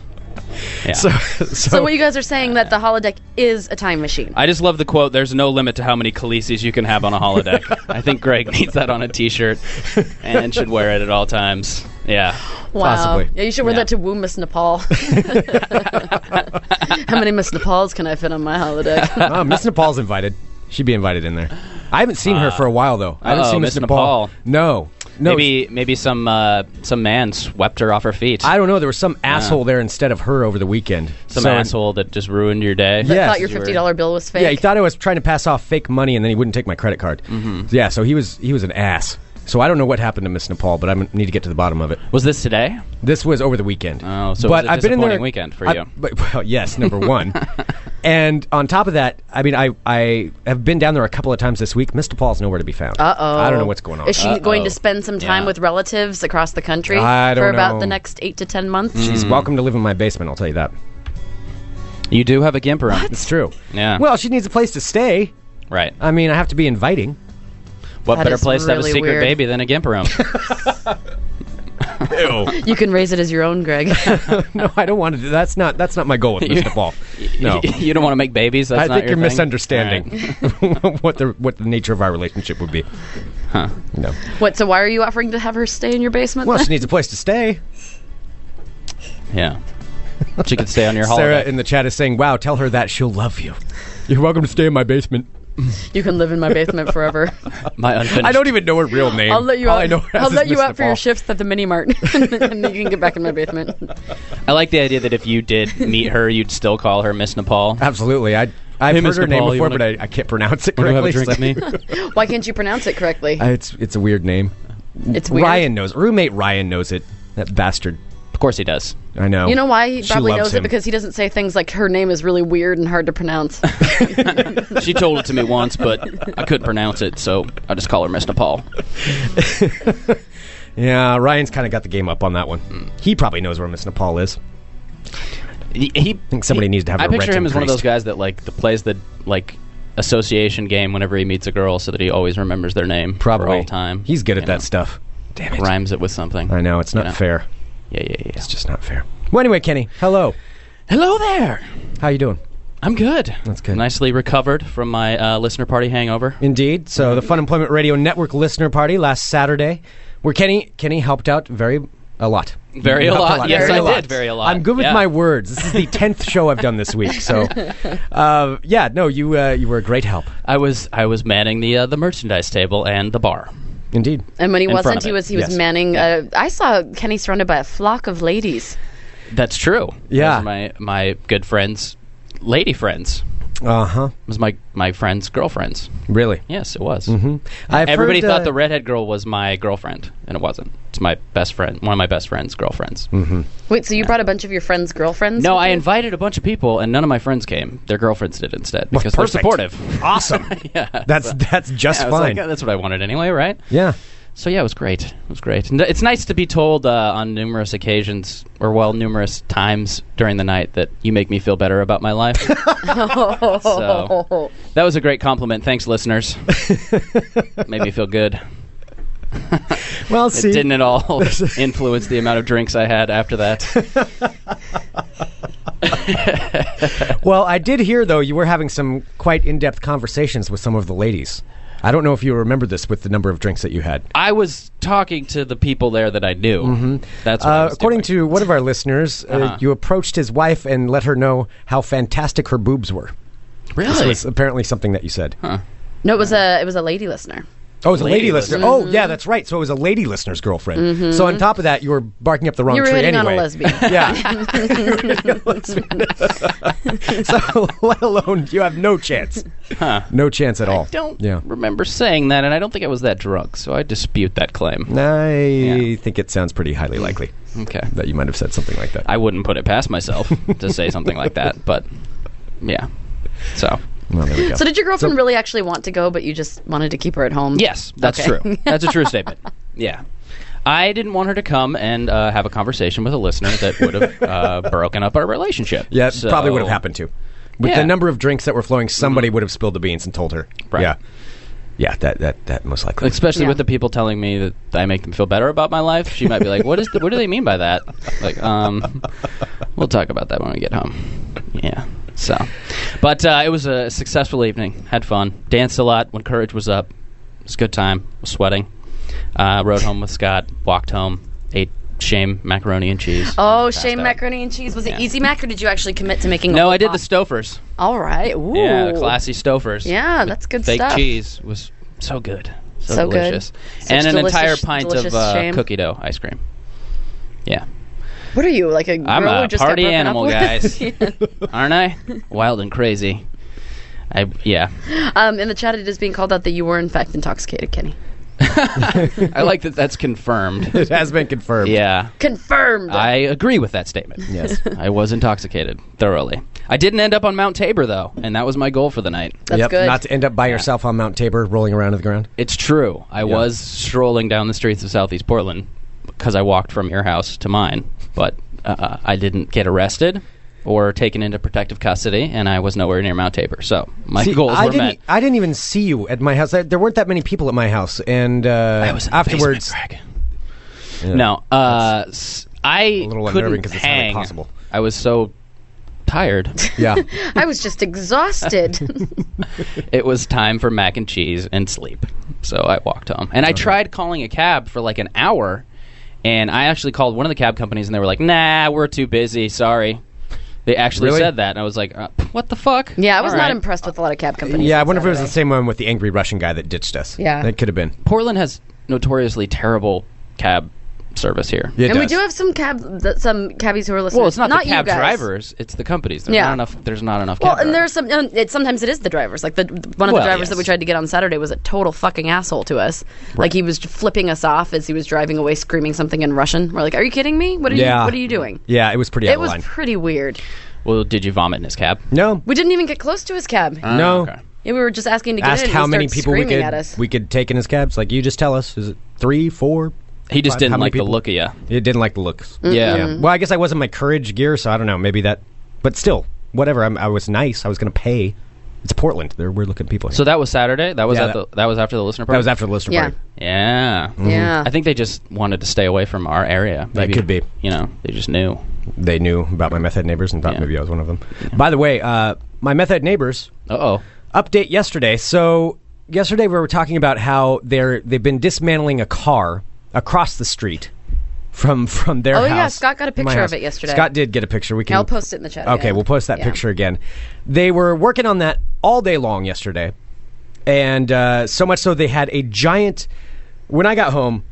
[SPEAKER 5] Yeah.
[SPEAKER 6] so. So,
[SPEAKER 7] So what you guys are saying that the holodeck is a time machine.
[SPEAKER 5] I just love the quote. There's no limit to how many Khaleesi's you can have on a holodeck. I think Greg needs that on a T-shirt and should wear it at all times. Yeah.
[SPEAKER 7] Wow.
[SPEAKER 6] Possibly.
[SPEAKER 7] Yeah, you should wear
[SPEAKER 5] Yeah.
[SPEAKER 7] that to woo Miss Nepal. How many Miss Nepals can I fit on my holodeck?
[SPEAKER 6] oh, Miss Nepal's invited. She'd be invited in there. I haven't seen her for a while though. I haven't
[SPEAKER 5] Uh, uh-oh,
[SPEAKER 6] seen Miss
[SPEAKER 5] Miss
[SPEAKER 6] Nepal.
[SPEAKER 5] Nepal.
[SPEAKER 6] No, no.
[SPEAKER 5] Maybe maybe some uh, some man swept her off her feet.
[SPEAKER 6] I don't know. There was some asshole there instead of her over the weekend.
[SPEAKER 5] some
[SPEAKER 6] So-
[SPEAKER 5] asshole that just ruined your day.
[SPEAKER 6] Yeah. Yes,
[SPEAKER 7] Thought your
[SPEAKER 5] you were-
[SPEAKER 7] fifty dollar bill was fake.
[SPEAKER 6] Yeah, he thought I was trying to pass off fake money, and then he wouldn't take my credit card.
[SPEAKER 5] Mm-hmm.
[SPEAKER 6] Yeah, so he was he was an ass. So I don't know what happened to Miss Nepal, but I need to get to the bottom of it.
[SPEAKER 5] Was this today?
[SPEAKER 6] This was over the weekend.
[SPEAKER 5] Oh, so it was a
[SPEAKER 6] I've been in there-
[SPEAKER 5] disappointing weekend for
[SPEAKER 6] I-
[SPEAKER 5] you.
[SPEAKER 6] But, well, yes, number one. and on top of that, I mean, I I have been down there a couple of times this week. Mr. Paul's nowhere to be found.
[SPEAKER 7] Uh oh.
[SPEAKER 6] I don't know what's going on.
[SPEAKER 7] Is she going to spend some time
[SPEAKER 5] Yeah.
[SPEAKER 7] with relatives across the country
[SPEAKER 6] I don't
[SPEAKER 7] for about
[SPEAKER 6] know.
[SPEAKER 7] the next eight to ten months?
[SPEAKER 5] Hmm.
[SPEAKER 6] She's welcome to live in my basement. I'll tell you that.
[SPEAKER 5] You do have a gimp around.
[SPEAKER 6] It's true.
[SPEAKER 5] Yeah.
[SPEAKER 6] Well, she needs a place to stay.
[SPEAKER 5] Right.
[SPEAKER 6] I mean, I have to be inviting.
[SPEAKER 5] What
[SPEAKER 7] Uh, That
[SPEAKER 5] better
[SPEAKER 7] is
[SPEAKER 5] place to have a
[SPEAKER 7] really
[SPEAKER 5] secret
[SPEAKER 7] weird.
[SPEAKER 5] baby than a gimp room?
[SPEAKER 6] Mm.
[SPEAKER 7] You can raise it as your own, Greg.
[SPEAKER 6] no, I don't want to. Do, that's not. That's not my goal with
[SPEAKER 5] You-
[SPEAKER 6] Mr. Paul. No.
[SPEAKER 5] you don't want to make babies. That's
[SPEAKER 6] I
[SPEAKER 5] not
[SPEAKER 6] think
[SPEAKER 5] your
[SPEAKER 6] you're
[SPEAKER 5] thing?
[SPEAKER 6] misunderstanding
[SPEAKER 5] All right.
[SPEAKER 6] what the what the nature of our relationship would be.
[SPEAKER 5] Huh.
[SPEAKER 6] No.
[SPEAKER 7] what? So why are you offering to have her stay in your basement?
[SPEAKER 6] Well,
[SPEAKER 7] then?
[SPEAKER 6] she needs a place to stay.
[SPEAKER 5] Yeah. She could stay on your
[SPEAKER 6] Sarah
[SPEAKER 5] holiday.
[SPEAKER 6] in the chat is saying, "Wow, tell her that she'll love you. You're welcome to stay in my basement.
[SPEAKER 7] you can live in my basement forever.
[SPEAKER 5] My unfinished.
[SPEAKER 6] I don't even know her real name.
[SPEAKER 7] I'll let you
[SPEAKER 6] All
[SPEAKER 7] out.
[SPEAKER 6] I know her as
[SPEAKER 7] I'll
[SPEAKER 6] is
[SPEAKER 7] let you
[SPEAKER 6] Miss
[SPEAKER 7] out for your
[SPEAKER 6] Nepal.
[SPEAKER 7] shifts at the mini mart, and then you can get back in my basement.
[SPEAKER 5] I like the idea that if you did meet her, you'd still call her Miss Nepal.
[SPEAKER 6] Absolutely. I I've
[SPEAKER 5] Hey,
[SPEAKER 6] heard
[SPEAKER 5] Miss
[SPEAKER 6] her name
[SPEAKER 5] Nepal, you
[SPEAKER 6] before,
[SPEAKER 5] wanna-
[SPEAKER 6] but I, I can't pronounce it
[SPEAKER 5] Wanna have
[SPEAKER 6] correctly.
[SPEAKER 5] a
[SPEAKER 6] so-
[SPEAKER 5] drink with me?
[SPEAKER 7] Why can't you pronounce it correctly?
[SPEAKER 6] Uh, it's it's a weird name.
[SPEAKER 7] It's weird.
[SPEAKER 6] Ryan knows. Roommate Ryan knows it. That bastard.
[SPEAKER 5] Of course he does.
[SPEAKER 6] I know.
[SPEAKER 7] You know why he
[SPEAKER 6] She
[SPEAKER 7] probably
[SPEAKER 6] loves
[SPEAKER 7] knows
[SPEAKER 6] him.
[SPEAKER 7] it because he doesn't say things like her name is really weird and hard to pronounce.
[SPEAKER 5] She told it to me once, but I couldn't pronounce it, so I just call her Miss Nepal.
[SPEAKER 6] Yeah, Ryan's kind of got the game up on that one. He probably knows where Miss Nepal is.
[SPEAKER 5] He, he I
[SPEAKER 6] think somebody needs to have
[SPEAKER 5] I
[SPEAKER 6] a
[SPEAKER 5] picture
[SPEAKER 6] rent
[SPEAKER 5] him as one of those
[SPEAKER 6] increased.
[SPEAKER 5] guys that like that plays the like association game whenever he meets a girl, so that he always remembers their name for all time.
[SPEAKER 6] He's good at
[SPEAKER 5] You
[SPEAKER 6] that
[SPEAKER 5] know?
[SPEAKER 6] stuff. Damn it.
[SPEAKER 5] rhymes it with something.
[SPEAKER 6] I know it's not
[SPEAKER 5] Yeah.
[SPEAKER 6] fair.
[SPEAKER 5] Yeah, yeah, yeah.
[SPEAKER 6] It's just not fair. Well, anyway, Kenny, hello.
[SPEAKER 5] Hello there.
[SPEAKER 6] How you doing?
[SPEAKER 5] I'm good.
[SPEAKER 6] That's good.
[SPEAKER 5] Nicely recovered from my uh, listener party hangover.
[SPEAKER 6] Indeed. So the Fun Employment Radio Network listener party last Saturday, where Kenny Kenny helped out very a lot.
[SPEAKER 5] Very
[SPEAKER 6] You
[SPEAKER 5] a
[SPEAKER 6] helped
[SPEAKER 5] lot. Yes,
[SPEAKER 6] Very
[SPEAKER 5] I
[SPEAKER 6] a lot.
[SPEAKER 5] did. Very a lot.
[SPEAKER 6] I'm good with
[SPEAKER 5] Yeah.
[SPEAKER 6] my words. This is the tenth show I've done this week. So, uh, yeah, no, you uh, you were a great help.
[SPEAKER 5] I was I was manning the uh, the merchandise table and the bar.
[SPEAKER 6] Indeed.
[SPEAKER 7] And when he
[SPEAKER 5] In front
[SPEAKER 7] wasn't,
[SPEAKER 5] of
[SPEAKER 7] he
[SPEAKER 5] it,
[SPEAKER 7] was he was
[SPEAKER 6] yes.
[SPEAKER 7] manning. Uh, I saw Kenny surrounded by a flock of ladies.
[SPEAKER 5] That's true.
[SPEAKER 6] Yeah.
[SPEAKER 5] Those are my my good friends, lady friends.
[SPEAKER 6] Uh huh.
[SPEAKER 5] It was my my friends' girlfriends.
[SPEAKER 6] Really.
[SPEAKER 5] Yes, it was.
[SPEAKER 6] Mm-hmm. I've
[SPEAKER 5] Everybody
[SPEAKER 6] heard,
[SPEAKER 5] thought
[SPEAKER 6] uh,
[SPEAKER 5] the redhead girl was my girlfriend, and it wasn't. It's my best friend, one of my best friends' girlfriends.
[SPEAKER 6] Mm-hmm.
[SPEAKER 7] Wait, so you brought a bunch of your friends' girlfriends?
[SPEAKER 5] No,
[SPEAKER 7] with
[SPEAKER 5] I
[SPEAKER 7] you?
[SPEAKER 5] invited a bunch of people, and none of my friends came. Their girlfriends did instead
[SPEAKER 6] Well,
[SPEAKER 5] because they're
[SPEAKER 6] perfect.
[SPEAKER 5] supportive.
[SPEAKER 6] Awesome. That's that's just
[SPEAKER 5] I was
[SPEAKER 6] fine.
[SPEAKER 5] like, "Oh, that's what I wanted anyway, right?
[SPEAKER 6] yeah.
[SPEAKER 5] So yeah, it was great. It was great. And it's nice to be told uh, on numerous occasions, or well, numerous times during the night, that you make me feel better about my life.
[SPEAKER 7] Oh.
[SPEAKER 5] so that was a great compliment. Thanks, listeners. Made me feel good.
[SPEAKER 6] Well,
[SPEAKER 5] It
[SPEAKER 6] see,
[SPEAKER 5] didn't at all influence the amount of drinks I had after that.
[SPEAKER 6] well, I did hear though you were having some quite in-depth conversations with some of the ladies. I don't know if you remember this with the number of drinks that you had.
[SPEAKER 5] I was talking to the people there that I knew. That's what I
[SPEAKER 6] Uh,
[SPEAKER 5] was
[SPEAKER 6] according
[SPEAKER 5] doing.
[SPEAKER 6] to one of our listeners, uh,
[SPEAKER 5] Uh-huh.
[SPEAKER 6] you approached his wife and let her know how fantastic her boobs were. This
[SPEAKER 5] really.
[SPEAKER 6] was apparently something that you said.
[SPEAKER 7] No, it was a it was a lady listener.
[SPEAKER 6] Oh, it was a lady
[SPEAKER 5] Lady Mm-hmm.
[SPEAKER 6] listener. Oh, yeah, that's right. So it was a lady listener's girlfriend. So on top of that, you were barking up the wrong
[SPEAKER 7] You were
[SPEAKER 6] tree
[SPEAKER 7] hitting on a
[SPEAKER 6] anyway.
[SPEAKER 7] lesbian.
[SPEAKER 6] yeah. so let alone you have no chance. No chance at all.
[SPEAKER 5] I don't
[SPEAKER 6] Yeah.
[SPEAKER 5] remember saying that, and I don't think I was that drunk, so I dispute that claim.
[SPEAKER 6] I think it sounds pretty highly likely
[SPEAKER 5] Okay.
[SPEAKER 6] that you might have said something like that.
[SPEAKER 5] I wouldn't put it past myself to say something like that, but yeah. So,
[SPEAKER 6] well, there we go.
[SPEAKER 7] So did your girlfriend really actually want to go, but you just wanted to keep her at home?
[SPEAKER 5] yes, that's
[SPEAKER 7] Okay.
[SPEAKER 5] true. That's a true statement. Yeah. I didn't want her to come and uh, have a conversation with a listener that would have uh, broken up our relationship.
[SPEAKER 6] yeah, it
[SPEAKER 5] So-
[SPEAKER 6] probably would have happened too. With
[SPEAKER 5] Yeah. Mm-hmm.
[SPEAKER 6] the number of drinks that were flowing, somebody would have spilled the beans and told her.
[SPEAKER 5] Right.
[SPEAKER 6] Yeah. Yeah, that, that, that most likely.
[SPEAKER 5] Especially
[SPEAKER 7] Yeah.
[SPEAKER 5] with the people telling me that I make them feel better about my life, she might be like, "What is? The, what do they mean by that?" Like, um, we'll talk about that when we get home. Yeah. So, but uh, it was a successful evening. Had fun. Danced a lot when courage was up. It was a good time. Was sweating. Uh, rode home with Scott. Walked home. Ate shame macaroni and cheese.
[SPEAKER 7] Oh,
[SPEAKER 5] Passed
[SPEAKER 7] shame
[SPEAKER 5] out.
[SPEAKER 7] macaroni and cheese. Was it
[SPEAKER 5] Yeah.
[SPEAKER 7] easy mac, or did you actually commit to making? a
[SPEAKER 5] No,
[SPEAKER 7] whole
[SPEAKER 5] I did
[SPEAKER 7] pot?
[SPEAKER 5] the Stofers.
[SPEAKER 7] All right. Ooh.
[SPEAKER 5] Yeah, the classy Stofers.
[SPEAKER 7] Yeah,
[SPEAKER 5] with
[SPEAKER 7] that's good
[SPEAKER 5] fake
[SPEAKER 7] stuff.
[SPEAKER 5] cheese was so good, so,
[SPEAKER 7] So good.
[SPEAKER 5] delicious,
[SPEAKER 7] Such
[SPEAKER 5] and an
[SPEAKER 7] delicious-
[SPEAKER 5] entire pint of
[SPEAKER 7] delicious
[SPEAKER 5] uh,
[SPEAKER 7] shame.
[SPEAKER 5] cookie dough ice cream. Yeah,
[SPEAKER 7] What are you like a girl
[SPEAKER 5] I'm
[SPEAKER 7] who
[SPEAKER 5] a
[SPEAKER 7] just
[SPEAKER 5] party
[SPEAKER 7] got broken
[SPEAKER 5] animal,
[SPEAKER 7] up with?
[SPEAKER 5] guys, aren't I? Wild and crazy. I yeah,
[SPEAKER 7] um, in the chat, it is being called out that you were in fact intoxicated, Kenny.
[SPEAKER 5] I like that. That's confirmed.
[SPEAKER 6] it has been confirmed.
[SPEAKER 5] Yeah,
[SPEAKER 7] Confirmed.
[SPEAKER 5] I agree with that statement.
[SPEAKER 6] Yes.
[SPEAKER 5] I was intoxicated thoroughly. I didn't end up on Mount Tabor though, and that was my goal for the night.
[SPEAKER 7] That's
[SPEAKER 6] yep.
[SPEAKER 7] good.
[SPEAKER 6] Not to end up by yourself on Mount Tabor rolling around to the ground.
[SPEAKER 5] It's true. I was strolling down the streets of Southeast Portland because I walked from your house to mine, but uh, I didn't get arrested or taken into protective custody, and I was nowhere near Mount Tabor. So my
[SPEAKER 6] See,
[SPEAKER 5] goals
[SPEAKER 6] I
[SPEAKER 5] were
[SPEAKER 6] didn't,
[SPEAKER 5] met.
[SPEAKER 6] I didn't even see you at my house. There- There weren't that many people at my house, and uh,
[SPEAKER 5] I was in the
[SPEAKER 6] afterwards.
[SPEAKER 5] basement, Greg. No, uh, s- I
[SPEAKER 6] little
[SPEAKER 5] couldn't
[SPEAKER 6] unnerving 'cause it's highly
[SPEAKER 5] hang.
[SPEAKER 6] possible.
[SPEAKER 5] I was so tired.
[SPEAKER 6] yeah,
[SPEAKER 7] I was just exhausted.
[SPEAKER 5] it was time for mac and cheese and sleep. So I walked home. And I tried calling a cab for like an hour. And I actually called one of the cab companies and they were like, nah, we're too busy. Sorry. They actually
[SPEAKER 6] Really?
[SPEAKER 5] said that. And I was like, uh, what the fuck?
[SPEAKER 7] yeah, I was
[SPEAKER 5] All
[SPEAKER 7] not
[SPEAKER 5] right.
[SPEAKER 7] impressed with a lot of cab companies.
[SPEAKER 6] yeah. I
[SPEAKER 7] on
[SPEAKER 6] wonder if it was the
[SPEAKER 7] Saturday.
[SPEAKER 6] same one with the angry Russian guy that ditched us.
[SPEAKER 7] Yeah.
[SPEAKER 6] that could have been.
[SPEAKER 5] Portland has notoriously terrible cab service here.
[SPEAKER 6] It
[SPEAKER 7] And we
[SPEAKER 6] does.
[SPEAKER 7] do have some cab, th- some cabbies who are listening.
[SPEAKER 5] Well, it's not, the
[SPEAKER 7] you
[SPEAKER 5] cab
[SPEAKER 7] guys.
[SPEAKER 5] drivers, it's the companies. There's
[SPEAKER 7] Yeah.
[SPEAKER 5] not enough there's not enough
[SPEAKER 7] Well,
[SPEAKER 5] cab
[SPEAKER 7] and there's
[SPEAKER 5] drivers.
[SPEAKER 7] some. Um, it, sometimes it is the drivers. Like the one of
[SPEAKER 5] Well,
[SPEAKER 7] the drivers that
[SPEAKER 5] yes.
[SPEAKER 7] we tried to get on Saturday was a total fucking asshole to us. Like he was flipping us off as he was driving away, screaming something in Russian. We're like, "Are you kidding me? What are
[SPEAKER 6] Yeah.
[SPEAKER 7] you? What are you doing?"
[SPEAKER 6] Yeah, it was pretty. out
[SPEAKER 7] It
[SPEAKER 6] of
[SPEAKER 7] was
[SPEAKER 6] line.
[SPEAKER 7] pretty weird.
[SPEAKER 5] Well, did you vomit in his cab?
[SPEAKER 6] no,
[SPEAKER 7] We didn't even get close to his cab.
[SPEAKER 5] Uh,
[SPEAKER 6] No.
[SPEAKER 5] okay.
[SPEAKER 7] yeah, we were just asking to get
[SPEAKER 6] asked
[SPEAKER 7] in. and
[SPEAKER 6] how
[SPEAKER 7] he
[SPEAKER 6] many
[SPEAKER 7] started
[SPEAKER 6] people we
[SPEAKER 7] screaming
[SPEAKER 6] could
[SPEAKER 7] at us.
[SPEAKER 6] we could take in his cabs. Like you just tell us, is it three, four?
[SPEAKER 5] He
[SPEAKER 6] Five-
[SPEAKER 5] just
[SPEAKER 6] how
[SPEAKER 5] didn't
[SPEAKER 6] many
[SPEAKER 5] like
[SPEAKER 6] people?
[SPEAKER 5] the look of you.
[SPEAKER 6] It didn't like the looks.
[SPEAKER 5] Yeah.
[SPEAKER 6] Well, I guess I wasn't my courage gear, so I don't know. Maybe that, but still, whatever. I'm, I was nice. I was going to pay. It's Portland. They're weird looking people.
[SPEAKER 5] So that was Saturday. That was
[SPEAKER 6] Yeah,
[SPEAKER 5] at
[SPEAKER 6] that-
[SPEAKER 5] the that was after the listener party.
[SPEAKER 6] that was after the listener
[SPEAKER 7] Yeah.
[SPEAKER 6] party.
[SPEAKER 5] Yeah.
[SPEAKER 7] Yeah.
[SPEAKER 5] I think they just wanted to stay away from our area.
[SPEAKER 6] Mm-hmm. That could be.
[SPEAKER 5] You know, they just knew.
[SPEAKER 6] They knew about my meth head neighbors and thought
[SPEAKER 5] Yeah.
[SPEAKER 6] maybe I was one of them. By the way, uh, my meth head neighbors
[SPEAKER 5] Uh oh.
[SPEAKER 6] update yesterday. So yesterday we were talking about how they're they've been dismantling a car across the street from from their
[SPEAKER 7] Oh,
[SPEAKER 6] house.
[SPEAKER 7] yeah, Scott got a
[SPEAKER 6] my
[SPEAKER 7] picture of
[SPEAKER 6] house.
[SPEAKER 7] it yesterday.
[SPEAKER 6] Scott did get a picture. We can
[SPEAKER 7] I'll post it in the chat,
[SPEAKER 6] Okay,
[SPEAKER 7] yeah.
[SPEAKER 6] we'll post that
[SPEAKER 7] Yeah.
[SPEAKER 6] picture again. They were working on that all day long yesterday, and uh, so much so they had a giant. When I got home,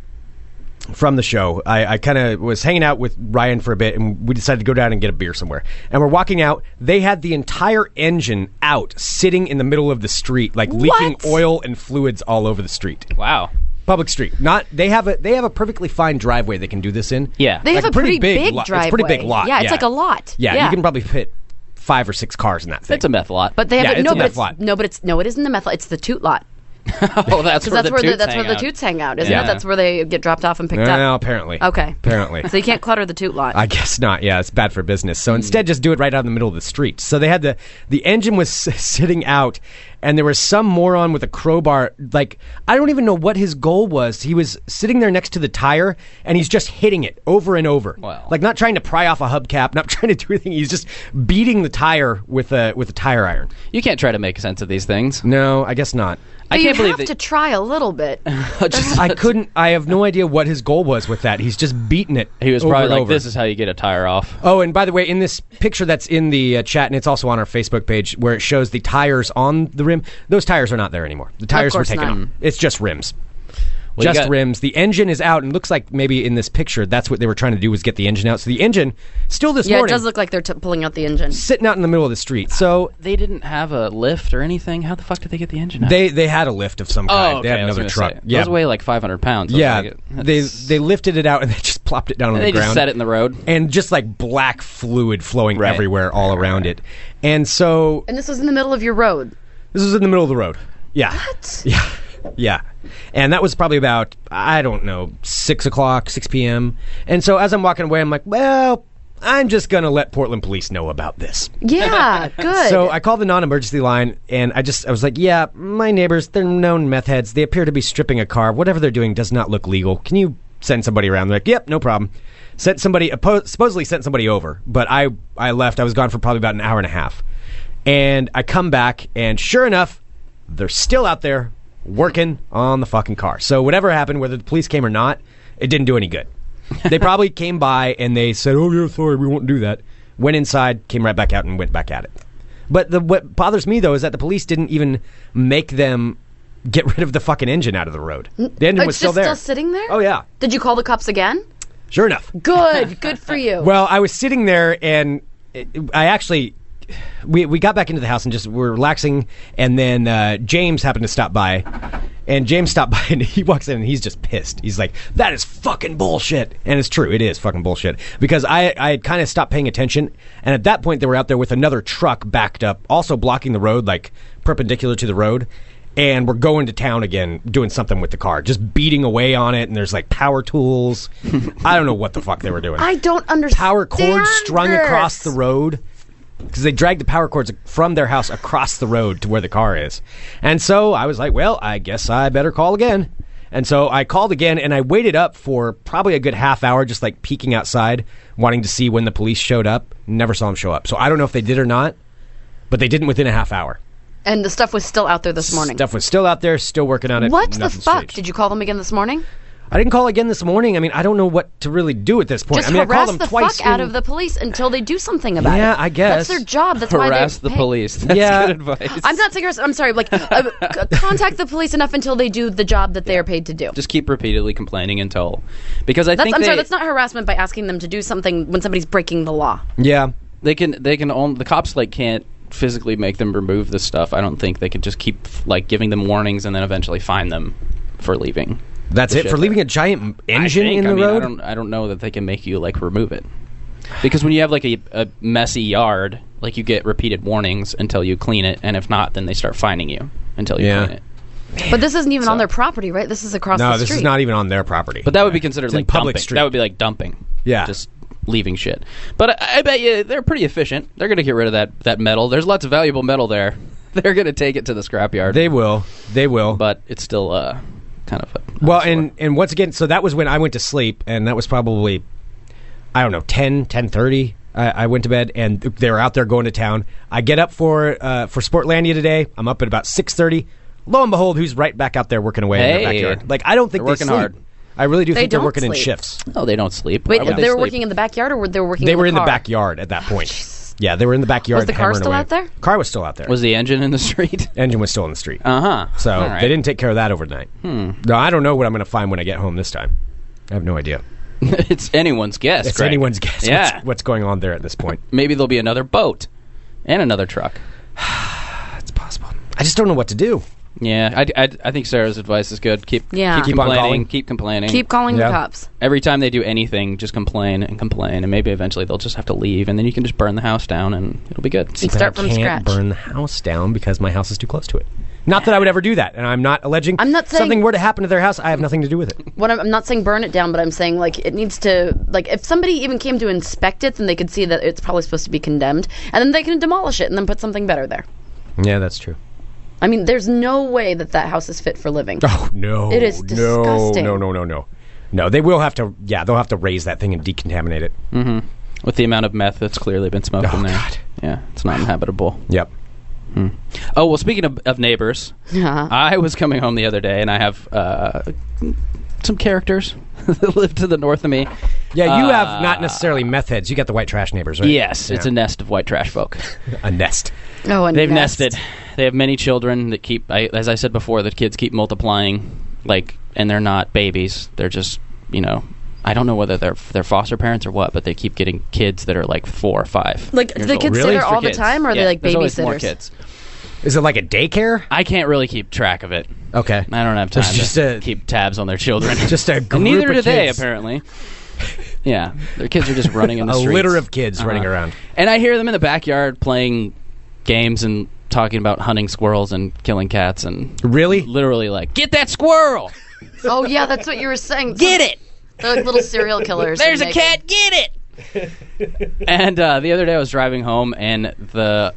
[SPEAKER 6] from the show, I, I kind of was hanging out with Ryan for a bit, and we decided to go down and get a beer somewhere. And we're walking out. They had the entire engine out, sitting in the middle of the street, like leaking
[SPEAKER 7] What?
[SPEAKER 6] oil and fluids all over the street.
[SPEAKER 5] Wow.
[SPEAKER 6] Public street. Not they have a they have a perfectly fine driveway they can do this in.
[SPEAKER 5] Yeah.
[SPEAKER 7] They
[SPEAKER 6] Like
[SPEAKER 7] have a pretty, big,
[SPEAKER 6] lo-
[SPEAKER 7] driveway.
[SPEAKER 6] It's a pretty big lot.
[SPEAKER 7] Yeah, it's like a lot.
[SPEAKER 6] Yeah, you can probably fit five or six cars in that thing.
[SPEAKER 5] It's a meth lot.
[SPEAKER 7] But they have
[SPEAKER 6] Yeah,
[SPEAKER 7] it-
[SPEAKER 6] it's
[SPEAKER 7] no,
[SPEAKER 6] a meth
[SPEAKER 7] but it's,
[SPEAKER 6] lot.
[SPEAKER 7] no, but it's no, it isn't the meth lot. It's the toot lot
[SPEAKER 5] oh, that's
[SPEAKER 7] because
[SPEAKER 5] where
[SPEAKER 7] that's
[SPEAKER 5] the
[SPEAKER 7] where the
[SPEAKER 5] toots
[SPEAKER 7] that's
[SPEAKER 5] hang
[SPEAKER 7] where the
[SPEAKER 5] out.
[SPEAKER 7] toots hang out, isn't
[SPEAKER 5] Yeah.
[SPEAKER 7] it? That's where they get dropped off and picked
[SPEAKER 6] no, no,
[SPEAKER 7] up.
[SPEAKER 6] apparently.
[SPEAKER 7] Okay.
[SPEAKER 6] Apparently.
[SPEAKER 7] So you can't clutter the toot lot.
[SPEAKER 6] I guess not. Yeah, it's bad for business.
[SPEAKER 7] Hmm.
[SPEAKER 6] So instead, just do it right out in the middle of the street. So they had the the engine was s- sitting out, and there was some moron with a crowbar. Like I don't even know what his goal was. He was sitting there next to the tire, and he's just hitting it over and over.
[SPEAKER 5] Wow.
[SPEAKER 6] Like not trying to pry off a hubcap, not trying to do anything. He's just beating the tire with a with a tire iron.
[SPEAKER 5] You can't try to make sense of these things.
[SPEAKER 6] No, I guess not.
[SPEAKER 5] I
[SPEAKER 7] you
[SPEAKER 5] can't believe
[SPEAKER 7] have to try a little bit.
[SPEAKER 5] that. just-
[SPEAKER 6] I couldn't. I have no idea what his goal was with that. He's just beating it.
[SPEAKER 5] he was
[SPEAKER 6] over
[SPEAKER 5] probably
[SPEAKER 6] and
[SPEAKER 5] like,
[SPEAKER 6] over.
[SPEAKER 5] "This is how you get a tire off."
[SPEAKER 6] Oh, and by the way, in this picture that's in the uh, chat, and it's also on our Facebook page, where it shows the tires on the rim. Those tires are not there anymore. The tires were
[SPEAKER 7] course
[SPEAKER 6] taken
[SPEAKER 7] not.
[SPEAKER 6] off. It's just rims,
[SPEAKER 5] Well, you
[SPEAKER 6] just
[SPEAKER 5] got-
[SPEAKER 6] rims. The engine is out, and looks like maybe in this picture, that's what they were trying to do was get the engine out. So the engine still this
[SPEAKER 7] yeah, it
[SPEAKER 6] morning
[SPEAKER 7] does look like they're t- pulling out the engine.
[SPEAKER 6] sitting out in the middle of the street. So
[SPEAKER 5] They didn't have a lift or anything. How the fuck did they get the engine out?
[SPEAKER 6] they they had a lift of some kind.
[SPEAKER 5] oh, okay,
[SPEAKER 6] they had
[SPEAKER 5] I was
[SPEAKER 6] another
[SPEAKER 5] gonna
[SPEAKER 6] truck.
[SPEAKER 5] Say.
[SPEAKER 6] Yeah,
[SPEAKER 5] Those weigh like 500 pounds. Those
[SPEAKER 6] yeah.
[SPEAKER 5] are like-
[SPEAKER 6] they
[SPEAKER 5] that's-
[SPEAKER 6] they lifted it out and they just plopped it down on
[SPEAKER 5] they
[SPEAKER 6] the ground.
[SPEAKER 5] just set it in the road.
[SPEAKER 6] and just like black fluid flowing
[SPEAKER 5] Right.
[SPEAKER 6] everywhere all around it. And so
[SPEAKER 7] And this was in the middle of your road.
[SPEAKER 6] This was in the middle of the road. Yeah. What? Yeah. Yeah. And that was probably about, I don't know, 6 o'clock, 6 p.m. And so as I'm walking away, I'm like, well, I'm just going to let Portland police know about this.
[SPEAKER 7] Yeah, good.
[SPEAKER 6] So I called the non emergency line and I just, I was like, yeah, my neighbors, they're known meth heads. They appear to be stripping a car. Whatever they're doing does not look legal. Can you send somebody around? They're like, yep, no problem. Sent somebody, oppo- supposedly sent somebody over, but I, I left. I was gone for probably about an hour and a half. And I come back and sure enough, they're still out there working on the fucking car. So whatever happened, whether the police came or not, it didn't do any good. they probably came by and they said, "Oh, yeah, sorry, we won't do that." Went inside, came right back out, and went back at it. But the, what bothers me though is that the police didn't even make them get rid of the fucking engine out of the road. The engine
[SPEAKER 7] it's
[SPEAKER 6] was
[SPEAKER 7] just
[SPEAKER 6] still there.
[SPEAKER 7] still sitting there.
[SPEAKER 6] Oh yeah,
[SPEAKER 7] Did you call the cops again?
[SPEAKER 6] sure enough.
[SPEAKER 7] Good, good for you.
[SPEAKER 6] Well, I was sitting there and it- I actually we we got back into the house and just were relaxing, and then uh, James happened to stop by. And James stopped by and he walks in and he's just pissed. He's like, "That is fucking bullshit," and it's true. It is fucking bullshit because I I had kind of stopped paying attention, and at that point they were out there with another truck backed up, also blocking the road, like perpendicular to the road, and we're going to town again, doing something with the car, just beating away on it, and there's like power tools. I don't know what the fuck they were doing
[SPEAKER 7] I don't understand.
[SPEAKER 6] power cords strung
[SPEAKER 7] this.
[SPEAKER 6] across the road because they dragged the power cords from their house across the road to where the car is. And so I was like, well, I guess I better call again. And so I called again and I waited up for probably a good half hour, just like peeking outside, wanting to see when the police showed up. Never saw them show up. So I don't know if they did or not, but they didn't within a half hour.
[SPEAKER 7] And the stuff was still out there this morning.
[SPEAKER 6] Stuff was still out there, still working on it.
[SPEAKER 7] what the
[SPEAKER 6] Nothing's
[SPEAKER 7] fuck?
[SPEAKER 6] changed.
[SPEAKER 7] Did you call them again this morning?
[SPEAKER 6] I didn't call again this morning. I mean, I don't know what to really do at this point.
[SPEAKER 7] Just
[SPEAKER 6] I mean, I
[SPEAKER 7] harass
[SPEAKER 6] called them
[SPEAKER 7] the
[SPEAKER 6] twice.
[SPEAKER 7] fuck out
[SPEAKER 6] in-
[SPEAKER 7] of the police until they do something about it.
[SPEAKER 6] Yeah, I guess.
[SPEAKER 7] that's their job. That's why
[SPEAKER 5] Harass
[SPEAKER 7] they're
[SPEAKER 5] the
[SPEAKER 7] pay-
[SPEAKER 5] police. That's
[SPEAKER 6] Yeah.
[SPEAKER 5] good advice.
[SPEAKER 7] I'm not saying harass- I'm sorry. Like, uh, c- contact the police enough until they do the job that they are paid to do.
[SPEAKER 5] just keep repeatedly complaining until because I
[SPEAKER 7] that's,
[SPEAKER 5] think
[SPEAKER 7] I'm
[SPEAKER 5] they,
[SPEAKER 7] sorry. That's not harassment by asking them to do something when somebody's breaking the law.
[SPEAKER 6] Yeah.
[SPEAKER 5] they can they can only the cops like can't physically make them remove this stuff. I don't think they can just keep like giving them warnings and then eventually fine them for leaving.
[SPEAKER 6] That's
[SPEAKER 5] the
[SPEAKER 6] it
[SPEAKER 5] shit
[SPEAKER 6] for
[SPEAKER 5] that-
[SPEAKER 6] leaving a giant
[SPEAKER 5] I
[SPEAKER 6] engine
[SPEAKER 5] think.
[SPEAKER 6] in the
[SPEAKER 5] I mean,
[SPEAKER 6] road.
[SPEAKER 5] I don't I don't know that they can make you like remove it because when you have like a, a messy yard, like you get repeated warnings until you clean it, and if not, then they start fining you until you
[SPEAKER 6] Yeah.
[SPEAKER 5] clean it.
[SPEAKER 7] But this isn't even
[SPEAKER 5] So-
[SPEAKER 7] on their property, right? This is across
[SPEAKER 6] no,
[SPEAKER 7] the
[SPEAKER 6] this
[SPEAKER 7] street.
[SPEAKER 6] is not even on their property.
[SPEAKER 5] But that would be considered
[SPEAKER 6] It's in
[SPEAKER 5] like
[SPEAKER 6] public
[SPEAKER 5] dumping.
[SPEAKER 6] street.
[SPEAKER 5] That would be like dumping.
[SPEAKER 6] Yeah.
[SPEAKER 5] Just leaving shit. But I, I bet you they're pretty efficient. They're going to get rid of that that metal. There's lots of valuable metal there. they're going to take it to the scrapyard.
[SPEAKER 6] They will. They will.
[SPEAKER 5] but it's still uh, kind of a
[SPEAKER 6] well, and and once again, so that was when I went to sleep, and that was probably, I don't know, 10, 10.30. I, I went to bed, and they were out there going to town. I get up for uh, for Sportlandia today. I'm up at about six thirty. Lo and behold, who's right back out there working away in
[SPEAKER 5] Hey.
[SPEAKER 6] the backyard? Like I don't think
[SPEAKER 5] They're
[SPEAKER 6] they
[SPEAKER 5] working
[SPEAKER 6] sleep.
[SPEAKER 5] hard.
[SPEAKER 6] I really do
[SPEAKER 7] They
[SPEAKER 6] think they're
[SPEAKER 7] don't
[SPEAKER 6] working in
[SPEAKER 7] sleep.
[SPEAKER 6] shifts.
[SPEAKER 5] no, they don't sleep.
[SPEAKER 7] Wait,
[SPEAKER 5] Why
[SPEAKER 7] they,
[SPEAKER 5] would
[SPEAKER 7] were
[SPEAKER 5] sleep?
[SPEAKER 7] working in the backyard, or were they working?
[SPEAKER 6] They
[SPEAKER 7] in
[SPEAKER 6] were
[SPEAKER 7] the
[SPEAKER 6] in the
[SPEAKER 7] car?
[SPEAKER 6] backyard at that point. Yeah, they were in the backyard.
[SPEAKER 7] Was the car
[SPEAKER 6] hammering
[SPEAKER 7] still
[SPEAKER 6] away.
[SPEAKER 7] out there?
[SPEAKER 6] Car was still out there.
[SPEAKER 5] Was the engine in the street?
[SPEAKER 6] Engine was still in the street.
[SPEAKER 5] Uh huh.
[SPEAKER 6] so they didn't take care of that overnight. No, I don't know what I'm going to find when I get home this time. I have no idea.
[SPEAKER 5] it's anyone's guess.
[SPEAKER 6] It's
[SPEAKER 5] Greg.
[SPEAKER 6] anyone's guess
[SPEAKER 5] Yeah.
[SPEAKER 6] what's, what's going on there at this point.
[SPEAKER 5] Maybe there'll be another boat and another truck.
[SPEAKER 6] That's possible. I just don't know what to do.
[SPEAKER 5] Yeah, I, I, I think Sarah's advice is good. Keep
[SPEAKER 7] Yeah.
[SPEAKER 5] keep,
[SPEAKER 7] Keep
[SPEAKER 6] on
[SPEAKER 5] complaining.
[SPEAKER 6] calling.
[SPEAKER 5] Keep complaining.
[SPEAKER 7] Keep calling
[SPEAKER 6] Yeah.
[SPEAKER 7] the cops.
[SPEAKER 5] every time they do anything, just complain and complain, and maybe eventually they'll just have to leave, and then you can just burn the house down, and it'll be good.
[SPEAKER 7] And start from
[SPEAKER 6] I can't
[SPEAKER 7] scratch.
[SPEAKER 6] burn the house down because my house is too close to it. Not that I would ever do that, and I'm not alleging
[SPEAKER 7] I'm not saying-
[SPEAKER 6] something were to happen to their house. I have nothing to do with it.
[SPEAKER 7] What I'm, I'm not saying burn it down, but I'm saying like it needs to like if somebody even came to inspect it, then they could see that it's probably supposed to be condemned, and then they can demolish it and then put something better there.
[SPEAKER 6] Yeah, that's true.
[SPEAKER 7] I mean, there's no way that that house is fit for living.
[SPEAKER 6] Oh no!
[SPEAKER 7] It is disgusting.
[SPEAKER 6] No, no, no, no, no. No, they will have to. Yeah, they'll have to raise that thing and decontaminate it.
[SPEAKER 5] With the amount of meth that's clearly been smoked
[SPEAKER 6] Oh,
[SPEAKER 5] in there,
[SPEAKER 6] God.
[SPEAKER 5] yeah, it's not inhabitable.
[SPEAKER 6] Yep.
[SPEAKER 5] Oh well, speaking of, of neighbors,
[SPEAKER 7] Yeah.
[SPEAKER 5] I was coming home the other day, and I have uh, some characters that live to the north of me.
[SPEAKER 6] Yeah, you have
[SPEAKER 5] Uh,
[SPEAKER 6] not necessarily meth heads. You got the white trash neighbors, right?
[SPEAKER 5] Yes, it's
[SPEAKER 6] Yeah.
[SPEAKER 5] a nest of white trash folk.
[SPEAKER 6] a nest.
[SPEAKER 7] oh, and
[SPEAKER 5] They've
[SPEAKER 7] nest.
[SPEAKER 5] nested. They have many children that keep, I, as I said before, the kids keep multiplying, like, and they're not babies. They're just, you know, I don't know whether they're they're foster parents or what, but they keep getting kids that are like four or five.
[SPEAKER 7] Like, do
[SPEAKER 5] years
[SPEAKER 7] they
[SPEAKER 5] old.
[SPEAKER 7] consider Really? all
[SPEAKER 5] For
[SPEAKER 7] the
[SPEAKER 5] kids.
[SPEAKER 7] time, or are they
[SPEAKER 5] Yeah,
[SPEAKER 7] like
[SPEAKER 5] there's always more
[SPEAKER 7] babysitters?
[SPEAKER 5] kids.
[SPEAKER 6] Is it like a daycare?
[SPEAKER 5] I can't really keep track of it.
[SPEAKER 6] Okay.
[SPEAKER 5] I don't have time
[SPEAKER 6] It's just
[SPEAKER 5] to
[SPEAKER 6] a-
[SPEAKER 5] keep tabs on their children.
[SPEAKER 6] Just a
[SPEAKER 5] and
[SPEAKER 6] group
[SPEAKER 5] neither
[SPEAKER 6] of
[SPEAKER 5] do they
[SPEAKER 6] kids.
[SPEAKER 5] apparently. Yeah, their kids are just running in the
[SPEAKER 6] a
[SPEAKER 5] streets.
[SPEAKER 6] litter of kids
[SPEAKER 5] Uh-huh.
[SPEAKER 6] running around.
[SPEAKER 5] And I hear them in the backyard playing games and talking about hunting squirrels and killing cats and
[SPEAKER 6] Really?
[SPEAKER 5] literally like, get that squirrel!
[SPEAKER 7] Oh yeah, that's what you were saying. Get it. They're like little serial killers.
[SPEAKER 5] There's
[SPEAKER 7] and
[SPEAKER 5] a
[SPEAKER 7] they-
[SPEAKER 5] cat, get it! and uh, the other day I was driving home and the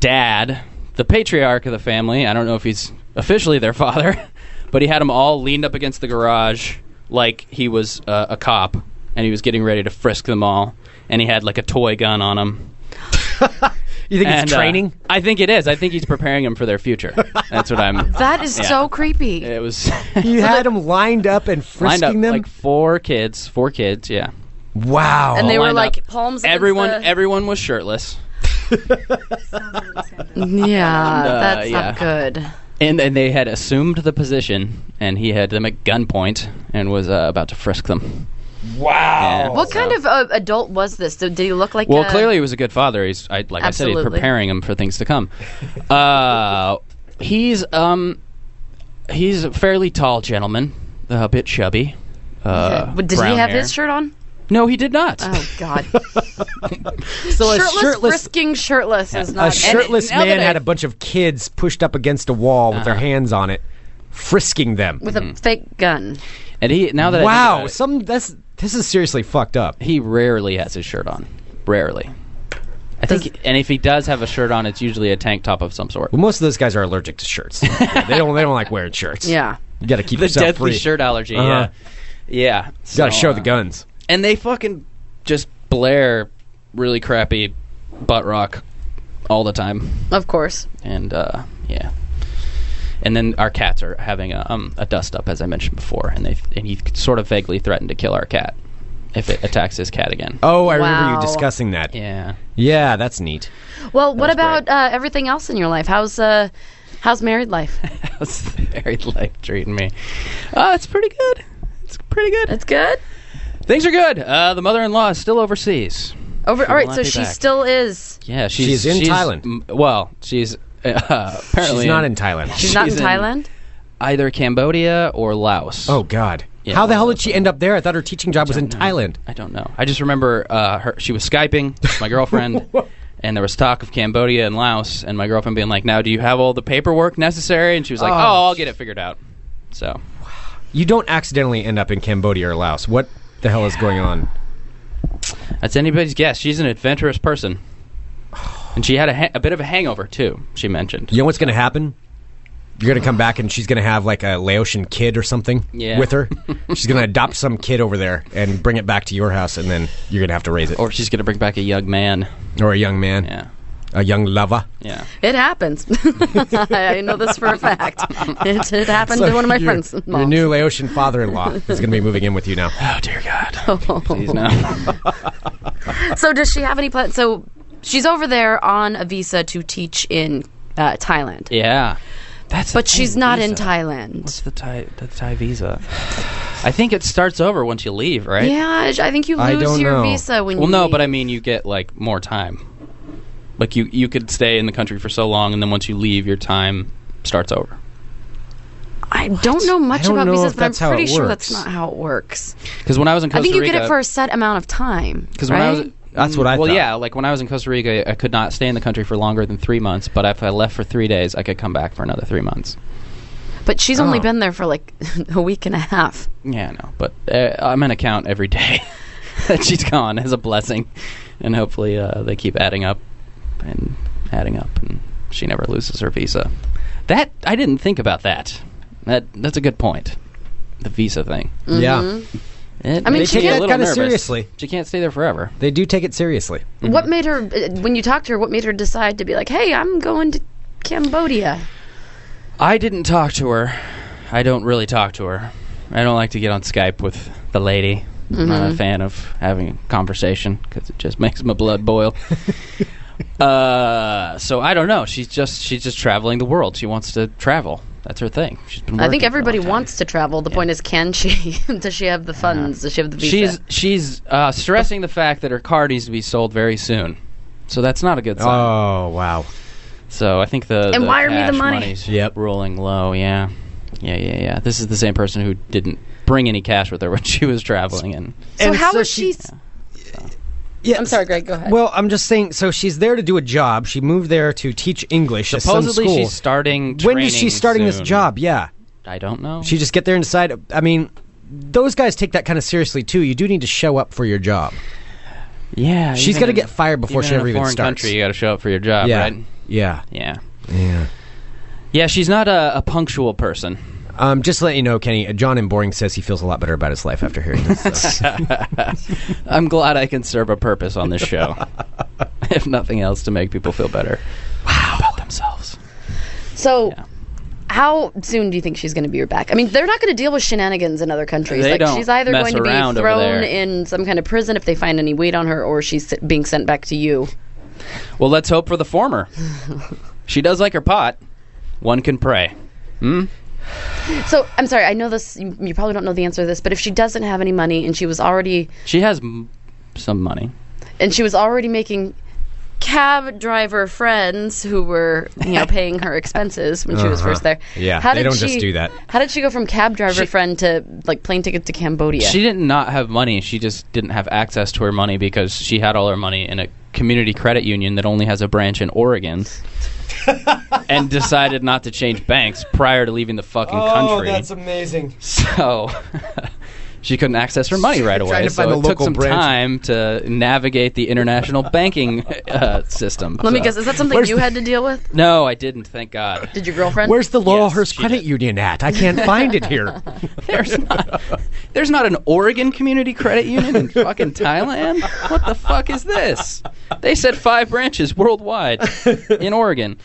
[SPEAKER 5] dad, the patriarch of the family, I don't know if he's officially their father, but he had them all leaned up against the garage like he was uh, a cop and he was getting ready to frisk them all. And he had like a toy gun on him.
[SPEAKER 6] You think
[SPEAKER 5] And,
[SPEAKER 6] it's
[SPEAKER 5] uh,
[SPEAKER 6] training?
[SPEAKER 5] I think it is. I think he's preparing them for their future. That's what I'm.
[SPEAKER 7] That is so creepy.
[SPEAKER 5] It was
[SPEAKER 6] you had them lined up and
[SPEAKER 5] lined
[SPEAKER 6] frisking
[SPEAKER 5] up
[SPEAKER 6] them.
[SPEAKER 5] like four kids, four kids. Yeah,
[SPEAKER 6] wow.
[SPEAKER 7] And they were
[SPEAKER 5] lined
[SPEAKER 7] like
[SPEAKER 5] up.
[SPEAKER 7] palms. against
[SPEAKER 5] everyone,
[SPEAKER 7] the-
[SPEAKER 5] everyone was shirtless,
[SPEAKER 7] yeah, that's
[SPEAKER 5] uh, yeah.
[SPEAKER 7] not good.
[SPEAKER 5] and and they had assumed the position, and he had them at gunpoint and was uh, about to frisk them.
[SPEAKER 6] wow.
[SPEAKER 5] Yeah.
[SPEAKER 7] What kind of uh, adult was this? Did, did he look like?
[SPEAKER 5] Well,
[SPEAKER 7] a-
[SPEAKER 5] clearly he was a good father. He's I, like I said, he's
[SPEAKER 7] Uh, Absolutely.
[SPEAKER 5] preparing him for things to come. Uh, he's um, he's a fairly tall gentleman, a bit chubby. Uh,
[SPEAKER 7] But did
[SPEAKER 5] brown
[SPEAKER 7] he have
[SPEAKER 5] hair.
[SPEAKER 7] his shirt on?
[SPEAKER 5] No, he did not.
[SPEAKER 7] Oh God!
[SPEAKER 6] So a
[SPEAKER 7] shirtless,
[SPEAKER 6] shirtless,
[SPEAKER 7] frisking shirtless is
[SPEAKER 6] a
[SPEAKER 7] not.
[SPEAKER 6] shirtless
[SPEAKER 5] now that
[SPEAKER 6] man
[SPEAKER 5] I- Uh-huh.
[SPEAKER 6] had a bunch of kids pushed up against a wall with their hands on it, frisking them.
[SPEAKER 7] with
[SPEAKER 5] Mm-hmm.
[SPEAKER 7] a fake gun.
[SPEAKER 5] And he now that I think about
[SPEAKER 6] wow.
[SPEAKER 5] it,
[SPEAKER 6] Some that's this is seriously fucked up.
[SPEAKER 5] he rarely has his shirt on. Rarely. I think, and if he does have a shirt on, it's usually a tank top of some sort.
[SPEAKER 6] Well, most of those guys are allergic to shirts. they don't. They don't like wearing shirts.
[SPEAKER 7] Yeah.
[SPEAKER 6] You got to keep
[SPEAKER 5] The
[SPEAKER 6] yourself
[SPEAKER 5] deathly
[SPEAKER 6] free.
[SPEAKER 5] shirt allergy.
[SPEAKER 6] Uh-huh.
[SPEAKER 5] Yeah, yeah.
[SPEAKER 6] You got to
[SPEAKER 5] So,
[SPEAKER 6] show
[SPEAKER 5] uh,
[SPEAKER 6] the guns.
[SPEAKER 5] And they fucking just blare really crappy butt rock all the time,
[SPEAKER 7] Of course.
[SPEAKER 5] and uh, yeah. And then our cats are having a, um, a dust up, as I mentioned before, and they and he sort of vaguely threatened to kill our cat if it attacks his cat again.
[SPEAKER 6] Oh, I remember you
[SPEAKER 7] Wow.
[SPEAKER 6] discussing that.
[SPEAKER 5] Yeah.
[SPEAKER 6] Yeah, that's neat.
[SPEAKER 7] Well, what
[SPEAKER 5] was great.
[SPEAKER 7] about uh, everything else in your life? How's uh, how's married life?
[SPEAKER 5] How's the married life treating me? Uh, it's pretty good. It's pretty good.
[SPEAKER 7] It's good.
[SPEAKER 5] Things are good. Uh, the mother-in-law is still overseas.
[SPEAKER 7] Over.
[SPEAKER 5] She
[SPEAKER 7] all
[SPEAKER 5] will
[SPEAKER 7] right.
[SPEAKER 5] not
[SPEAKER 7] So
[SPEAKER 5] be
[SPEAKER 7] she
[SPEAKER 5] back.
[SPEAKER 7] still is.
[SPEAKER 5] Yeah, she's,
[SPEAKER 6] She's in Thailand.
[SPEAKER 5] m- well, she's uh, apparently
[SPEAKER 6] She's not in Thailand.
[SPEAKER 7] She's not in
[SPEAKER 5] She's in-
[SPEAKER 7] Thailand.
[SPEAKER 5] either Cambodia or Laos.
[SPEAKER 6] Oh God!
[SPEAKER 5] Yeah,
[SPEAKER 6] How the
[SPEAKER 5] one
[SPEAKER 6] hell
[SPEAKER 5] of
[SPEAKER 6] did she end up there? I thought her teaching job was in Thailand.
[SPEAKER 5] I don't know. I just remember uh, her. She was skyping with my girlfriend, and there was talk of Cambodia and Laos, and my girlfriend being like, "Now, do you have all the paperwork necessary?" And she was like, "Oh,
[SPEAKER 6] Oh.
[SPEAKER 5] I'll get it figured out." So
[SPEAKER 6] You don't accidentally end up in Cambodia or Laos. What the hell is going on?
[SPEAKER 5] that's anybody's guess. She's an adventurous person. and she had a, ha- a bit of a hangover too. She mentioned.
[SPEAKER 6] You know what's going to happen? You're going to come back and she's going to have like a Laotian kid or something
[SPEAKER 5] Yeah.
[SPEAKER 6] with her. she's going to adopt some kid over there and bring it back to your house, and then you're going to have to raise it.
[SPEAKER 5] Or she's gonna bring back a young man.
[SPEAKER 6] Or a young man,
[SPEAKER 5] Yeah,
[SPEAKER 6] a young lover.
[SPEAKER 5] yeah.
[SPEAKER 7] It happens. I know this for a fact. It, it happened to one of my
[SPEAKER 6] your,
[SPEAKER 7] friends.
[SPEAKER 6] Your new Laotian father in law is going to be moving in with you now.
[SPEAKER 5] Oh dear God. Please no.
[SPEAKER 7] So does she have any plans? So she's over there on a visa to teach in uh, Thailand,
[SPEAKER 5] yeah. That's.
[SPEAKER 7] but she's not in
[SPEAKER 5] Thailand.
[SPEAKER 7] Thailand.
[SPEAKER 5] It's the Thai the Thai visa. I think it starts over once you leave, right?
[SPEAKER 7] Yeah, I think you
[SPEAKER 6] I
[SPEAKER 7] lose
[SPEAKER 6] don't
[SPEAKER 7] your
[SPEAKER 6] know.
[SPEAKER 7] visa when
[SPEAKER 5] Well,
[SPEAKER 7] you.
[SPEAKER 5] no, but I
[SPEAKER 7] leave.
[SPEAKER 5] mean you get like more time. Like you you could stay in the country for so long, and then once you leave, your time starts over.
[SPEAKER 7] I don't know much
[SPEAKER 6] I don't
[SPEAKER 7] about
[SPEAKER 6] know
[SPEAKER 7] visas,
[SPEAKER 6] if
[SPEAKER 7] but I'm
[SPEAKER 6] that's how it
[SPEAKER 7] pretty sure that's
[SPEAKER 6] works.
[SPEAKER 7] not how it works.
[SPEAKER 5] Because when I was in Costa
[SPEAKER 7] I think you
[SPEAKER 5] Rica,
[SPEAKER 7] get it for a set amount of time.
[SPEAKER 5] Because
[SPEAKER 7] right?
[SPEAKER 5] when I was
[SPEAKER 6] That's what I
[SPEAKER 5] well,
[SPEAKER 6] thought.
[SPEAKER 5] yeah, like when I was in Costa Rica, I could not stay in the country for longer than three months. But if I left for three days, I could come back for another three months.
[SPEAKER 7] but she's only
[SPEAKER 6] Oh.
[SPEAKER 7] been there for like a week and a half.
[SPEAKER 5] Yeah, I know. But uh, I'm gonna count every day that she's gone as a blessing, and hopefully uh, they keep adding up and adding up, and she never loses her visa. That I didn't think about that. That that's a good point. The visa thing.
[SPEAKER 7] Mm-hmm.
[SPEAKER 6] Yeah.
[SPEAKER 5] It
[SPEAKER 7] I mean,
[SPEAKER 5] makes
[SPEAKER 7] she
[SPEAKER 5] me a
[SPEAKER 7] can't-
[SPEAKER 5] little
[SPEAKER 6] kinda
[SPEAKER 5] nervous.
[SPEAKER 6] seriously.
[SPEAKER 5] She can't stay there forever.
[SPEAKER 6] They do take it seriously.
[SPEAKER 5] Mm-hmm.
[SPEAKER 7] What made her uh, when you talked to her? What made her decide to be like, "Hey, I'm going to Cambodia"?
[SPEAKER 5] I didn't talk to her. I don't really talk to her. I don't like to get on Skype with the lady. I'm not
[SPEAKER 7] Mm-hmm.
[SPEAKER 5] a fan of having a conversation because it just makes my blood boil. uh, so I don't know. She's just she's just traveling the world. She wants to travel. That's her thing. She's been.
[SPEAKER 7] I
[SPEAKER 5] working
[SPEAKER 7] think
[SPEAKER 5] for a
[SPEAKER 7] everybody
[SPEAKER 5] long time.
[SPEAKER 7] wants to travel. The point is, can she? Does she have the funds? Does she have the visa?
[SPEAKER 5] She's she's uh, stressing the fact that her car needs to be sold very soon. So that's not a good sign.
[SPEAKER 6] Oh, wow.
[SPEAKER 5] So I think the
[SPEAKER 7] And
[SPEAKER 5] the
[SPEAKER 7] wire me the
[SPEAKER 5] cash
[SPEAKER 7] money.
[SPEAKER 5] money's
[SPEAKER 6] Yep.
[SPEAKER 5] rolling low. Yeah, yeah, yeah, yeah. This is the same person who didn't bring any cash with her when she was traveling, and
[SPEAKER 7] so
[SPEAKER 6] And
[SPEAKER 7] how is
[SPEAKER 6] so
[SPEAKER 7] she?
[SPEAKER 6] she- Yeah.
[SPEAKER 7] I'm sorry, Greg. Go ahead.
[SPEAKER 6] Well, I'm just saying. So she's there to do a job. She moved there to teach English. at some
[SPEAKER 5] supposedly
[SPEAKER 6] school.
[SPEAKER 5] she's starting.
[SPEAKER 6] When is she
[SPEAKER 5] training
[SPEAKER 6] starting this
[SPEAKER 5] soon.
[SPEAKER 6] job? Yeah.
[SPEAKER 5] I don't know.
[SPEAKER 6] She just get there and decide. I mean, those guys take that kind of seriously too. You do need to show up for your job.
[SPEAKER 5] yeah,
[SPEAKER 6] she's
[SPEAKER 5] even
[SPEAKER 6] gotta
[SPEAKER 5] in-
[SPEAKER 6] get fired before she
[SPEAKER 5] in a
[SPEAKER 6] ever even
[SPEAKER 5] foreign
[SPEAKER 6] starts.
[SPEAKER 5] Country, you got to show up for your job,
[SPEAKER 6] yeah.
[SPEAKER 5] right?
[SPEAKER 6] Yeah.
[SPEAKER 5] Yeah,
[SPEAKER 6] Yeah.
[SPEAKER 5] yeah. She's not a, a punctual person.
[SPEAKER 6] Um, just to let you know, Kenny. uh, John in Boring says he feels a lot better about his life after hearing this. so.
[SPEAKER 5] I'm glad I can serve a purpose on this show, if nothing else, to make people feel better about themselves.
[SPEAKER 7] so.
[SPEAKER 5] Yeah.
[SPEAKER 7] How soon do you think she's going to be back? I mean, they're not going to deal with shenanigans in other countries.
[SPEAKER 5] They
[SPEAKER 7] like
[SPEAKER 5] don't
[SPEAKER 7] she's either
[SPEAKER 5] mess
[SPEAKER 7] going to
[SPEAKER 5] around
[SPEAKER 7] be
[SPEAKER 5] over there.
[SPEAKER 7] thrown in some kind of prison if they find any weight on her, or she's s- being sent back to you.
[SPEAKER 5] Well, let's hope for the former. she does like her pot. One can pray.
[SPEAKER 7] So I'm sorry. I know this. You, you probably don't know the answer to this, but if she doesn't have any money and she was already
[SPEAKER 5] She has m- some money.
[SPEAKER 7] and she was already making cab driver friends who were you know paying her expenses when she was first there.
[SPEAKER 6] Uh-huh. Yeah,
[SPEAKER 7] did
[SPEAKER 6] they don't just do that.
[SPEAKER 7] How did she go from cab driver friend to like plane ticket to Cambodia?
[SPEAKER 5] She didn't not have money. She just didn't have access to her money because she had all her money in a community credit union that only has a branch in Oregon. and decided not to change banks prior to leaving the fucking
[SPEAKER 6] Oh,
[SPEAKER 5] country.
[SPEAKER 6] amazing.
[SPEAKER 5] so she couldn't access her money right away.
[SPEAKER 6] to
[SPEAKER 5] so
[SPEAKER 6] find the
[SPEAKER 5] it took
[SPEAKER 6] local
[SPEAKER 5] some
[SPEAKER 6] branch.
[SPEAKER 5] time to navigate the international banking uh, system.
[SPEAKER 7] Let me
[SPEAKER 5] So-
[SPEAKER 7] guess. Is that something
[SPEAKER 6] Where's
[SPEAKER 7] you
[SPEAKER 6] the-
[SPEAKER 7] had to deal with?
[SPEAKER 5] No, I didn't. Thank God.
[SPEAKER 7] Did your girlfriend?
[SPEAKER 6] Where's the Laurelhurst
[SPEAKER 5] she
[SPEAKER 6] Credit
[SPEAKER 5] did.
[SPEAKER 6] Union at? I can't find it here.
[SPEAKER 5] There's not, there's not an Oregon Community Credit Union in fucking Thailand. What the fuck is this? They said five branches worldwide in Oregon.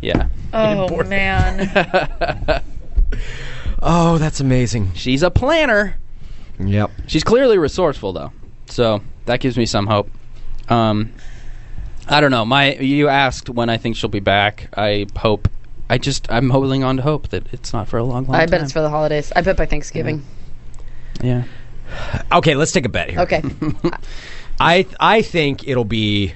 [SPEAKER 5] Yeah,
[SPEAKER 7] oh man.
[SPEAKER 6] oh, that's amazing.
[SPEAKER 5] she's a planner.
[SPEAKER 6] Yep.
[SPEAKER 5] She's clearly resourceful though, so that gives me some hope. Um, I don't know. My you asked when I think she'll be back. I hope. I just I'm holding on to hope that it's not for a long, long
[SPEAKER 7] I
[SPEAKER 5] time.
[SPEAKER 7] bet it's for the holidays. I bet by Thanksgiving.
[SPEAKER 5] yeah.
[SPEAKER 6] Okay, let's take a bet here.
[SPEAKER 7] Okay.
[SPEAKER 6] I I think it'll be.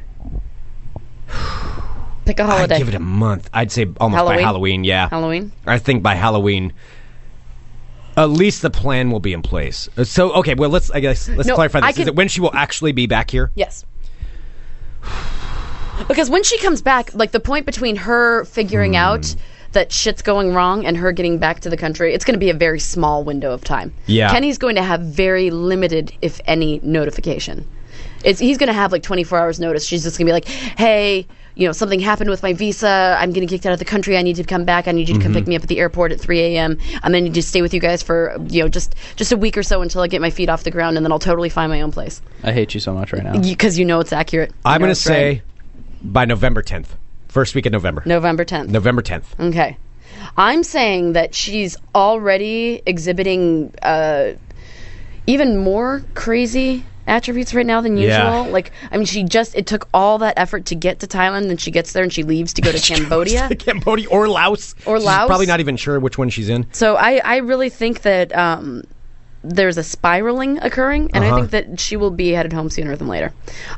[SPEAKER 7] Pick a
[SPEAKER 6] I'd
[SPEAKER 7] holiday.
[SPEAKER 6] give it a month. I'd say almost by
[SPEAKER 7] Halloween?
[SPEAKER 6] Halloween. Yeah.
[SPEAKER 7] Halloween.
[SPEAKER 6] I think by Halloween, at least the plan will be in place. Uh, So okay, well let's I guess let's
[SPEAKER 7] No,
[SPEAKER 6] clarify
[SPEAKER 7] I
[SPEAKER 6] this. Is
[SPEAKER 7] can-
[SPEAKER 6] it when she will actually be back here?
[SPEAKER 7] Yes. Because when she comes back, like the point between her figuring out that shit's going wrong and her getting back to the country, it's going to be a very small window of time.
[SPEAKER 6] Yeah.
[SPEAKER 7] Kenny's going to have very limited, if any, notification. It's, he's going to have like 24 hours notice. She's just going to be like, hey, you know, something happened with my visa. I'm getting kicked out of the country. I need to come back. I need you to come pick me up at the airport at 3 a.m. I'm going to need to stay with you guys for, you know, just just a week or so until I get my feet off the ground, and then I'll totally find my own place
[SPEAKER 5] I hate you so much right now.
[SPEAKER 7] because you know it's accurate. You
[SPEAKER 6] I'm
[SPEAKER 7] know
[SPEAKER 6] going to
[SPEAKER 7] it's right.
[SPEAKER 6] say by November 10th. First week of November.
[SPEAKER 7] November 10th.
[SPEAKER 6] November 10th.
[SPEAKER 7] Okay. I'm saying that she's already exhibiting uh, even more crazy attributes right now than usual.
[SPEAKER 6] Yeah.
[SPEAKER 7] Like, I mean, she just, it took all that effort to get to Thailand, then she gets there and she leaves to go to Cambodia.
[SPEAKER 6] Cambodia or Laos.
[SPEAKER 7] Or
[SPEAKER 6] She's
[SPEAKER 7] Laos.
[SPEAKER 6] probably not even sure which one she's in.
[SPEAKER 7] So I, I really think that um, there's a spiraling occurring,
[SPEAKER 6] Uh-huh.
[SPEAKER 7] and I think that she will be headed home sooner than later.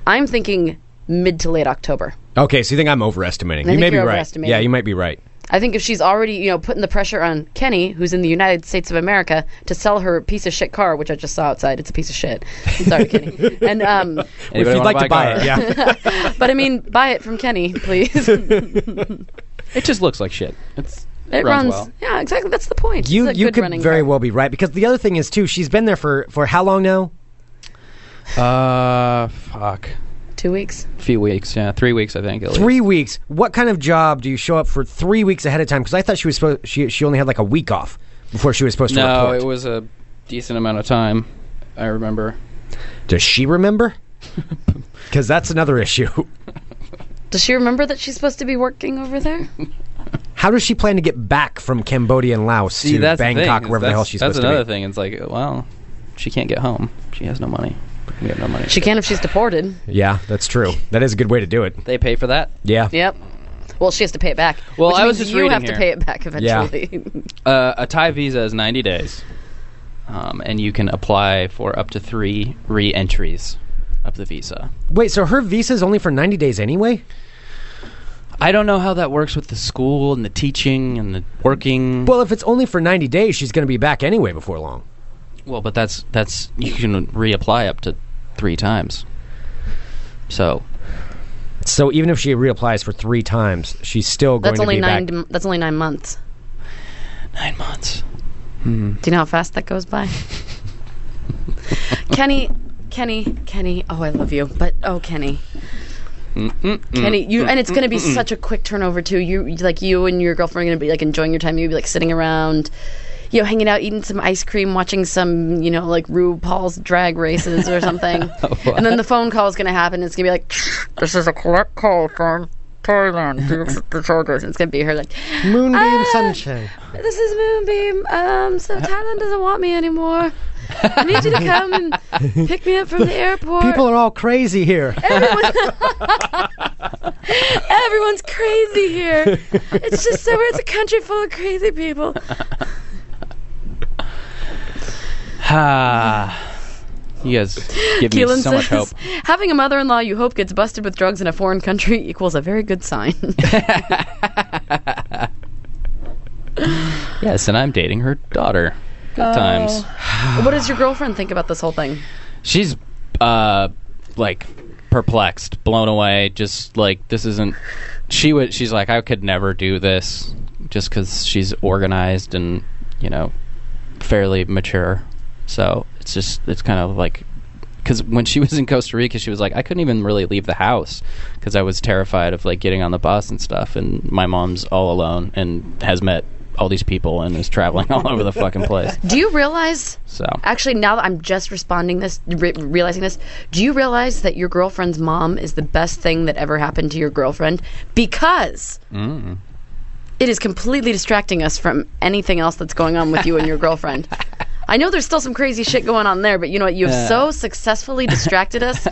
[SPEAKER 7] I'm thinking mid to late October.
[SPEAKER 6] Okay, so you think I'm overestimating.
[SPEAKER 7] I
[SPEAKER 6] you
[SPEAKER 7] think
[SPEAKER 6] may be
[SPEAKER 7] you're
[SPEAKER 6] right.
[SPEAKER 7] overestimating.
[SPEAKER 6] Yeah, you might be right.
[SPEAKER 7] I think if she's already, you know, putting the pressure on Kenny, who's in the United States of America, to sell her piece of shit car, which I just saw outside. It's a piece of shit. I'm sorry, Kenny. And um,
[SPEAKER 5] Anybody
[SPEAKER 6] if you'd
[SPEAKER 5] wanna
[SPEAKER 6] like to buy
[SPEAKER 5] a
[SPEAKER 6] it,
[SPEAKER 5] car?
[SPEAKER 6] yeah.
[SPEAKER 7] but I mean, buy it from Kenny, please. it
[SPEAKER 5] It just looks like shit. It's
[SPEAKER 7] runs.
[SPEAKER 5] runs well.
[SPEAKER 7] Yeah, exactly. That's the point.
[SPEAKER 6] you
[SPEAKER 7] it's a
[SPEAKER 6] you
[SPEAKER 7] good
[SPEAKER 6] could
[SPEAKER 7] running
[SPEAKER 6] very
[SPEAKER 7] car.
[SPEAKER 6] well be right because the other thing is too. She's been there for for how long now?
[SPEAKER 5] Uh, fuck.
[SPEAKER 7] Two weeks.
[SPEAKER 5] Few weeks, yeah, three weeks, I think. At least.
[SPEAKER 6] Three weeks. What kind of job do you show up for three weeks ahead of time? Because I thought she was supposed she she only had like a week off before she was supposed to
[SPEAKER 5] No,
[SPEAKER 6] report.
[SPEAKER 5] it was a decent amount of time. I remember.
[SPEAKER 6] Does she remember? Because that's another issue.
[SPEAKER 7] Does she remember that she's supposed to be working over there?
[SPEAKER 6] How does she plan to get back from Cambodia and Laos
[SPEAKER 5] See,
[SPEAKER 6] to
[SPEAKER 5] that's the
[SPEAKER 6] Bangkok,
[SPEAKER 5] thing, is
[SPEAKER 6] wherever the
[SPEAKER 5] that's-
[SPEAKER 6] hell she's
[SPEAKER 5] That's
[SPEAKER 6] supposed
[SPEAKER 5] another
[SPEAKER 6] to be?
[SPEAKER 5] thing. It's like, well, she can't get home. She has no money. We have no money.
[SPEAKER 7] She can if she's deported.
[SPEAKER 6] Yeah, that's true. That is a good way to do it.
[SPEAKER 5] They pay for that.
[SPEAKER 6] Yeah.
[SPEAKER 7] Yep. Well, she has to pay it back.
[SPEAKER 5] Well,
[SPEAKER 7] which
[SPEAKER 5] I was
[SPEAKER 7] means
[SPEAKER 5] just
[SPEAKER 7] you
[SPEAKER 5] reading
[SPEAKER 7] have
[SPEAKER 5] here.
[SPEAKER 7] to pay it back
[SPEAKER 6] Yeah.
[SPEAKER 7] eventually.
[SPEAKER 5] Uh, a Thai visa is 90 days, um, and you can apply for up to three re-entries of the visa.
[SPEAKER 6] Wait, so her visa is only for 90 days anyway?
[SPEAKER 5] I don't know how that works with the school and the teaching and the working.
[SPEAKER 6] Well, if it's only for 90 days, she's going to be back anyway before long.
[SPEAKER 5] Well, but that's that's you can reapply up to three times. So
[SPEAKER 6] So even if she reapplies for three times, she's still going
[SPEAKER 7] that's
[SPEAKER 6] to
[SPEAKER 7] only
[SPEAKER 6] be
[SPEAKER 7] nine.
[SPEAKER 6] back.
[SPEAKER 7] dem- That's only nine months.
[SPEAKER 5] nine months.
[SPEAKER 7] Do you know how fast that goes by? Kenny, Kenny, Kenny. Oh, I love you, but oh, Kenny, Kenny, you. And it's going to be such a quick turnover too. You you- like you and your girlfriend are going to be like enjoying your time. You'll be like sitting around, you know, hanging out, eating some ice cream, watching some, you know, like RuPaul's drag races or something. and then the phone call is going to happen. It's going to be like, this is a collect call from Thailand. Disorders. It's going to be her like.
[SPEAKER 6] Moonbeam
[SPEAKER 7] Ah!
[SPEAKER 6] sunshine.
[SPEAKER 7] This is Moonbeam. Um, so
[SPEAKER 5] Uh,
[SPEAKER 7] Thailand doesn't want me anymore. I need you to come and pick me up from the airport.
[SPEAKER 6] People are all crazy here.
[SPEAKER 7] Everyone's crazy here. It's just so weird. It's a country full of crazy people.
[SPEAKER 5] Ah, you guys give me
[SPEAKER 7] Keelan
[SPEAKER 5] so much
[SPEAKER 7] says,
[SPEAKER 5] hope.
[SPEAKER 7] having a mother-in-law you hope gets busted with drugs in a foreign country equals a very good sign.
[SPEAKER 5] Yes, and I'm dating her daughter. Good times.
[SPEAKER 7] what does your girlfriend think about this whole thing?
[SPEAKER 5] She's uh like perplexed, blown away, just like this isn't she would she's like I could never do this just cuz she's organized and, you know, fairly mature. So, it's just it's kind of like cuz when she was in Costa Rica, she was like I couldn't even really leave the house cuz I was terrified of like getting on the bus and stuff and my mom's all alone and has met all these people and is traveling all over the fucking place.
[SPEAKER 7] Do you realize?
[SPEAKER 5] So,
[SPEAKER 7] Actually, now that I'm just responding this, re- realizing this, do you realize that your girlfriend's mom is the best thing that ever happened to your girlfriend? Because it is completely distracting us from anything else that's going on with you and your girlfriend. I know there's still some crazy shit going on there, but you know what? You have so successfully distracted us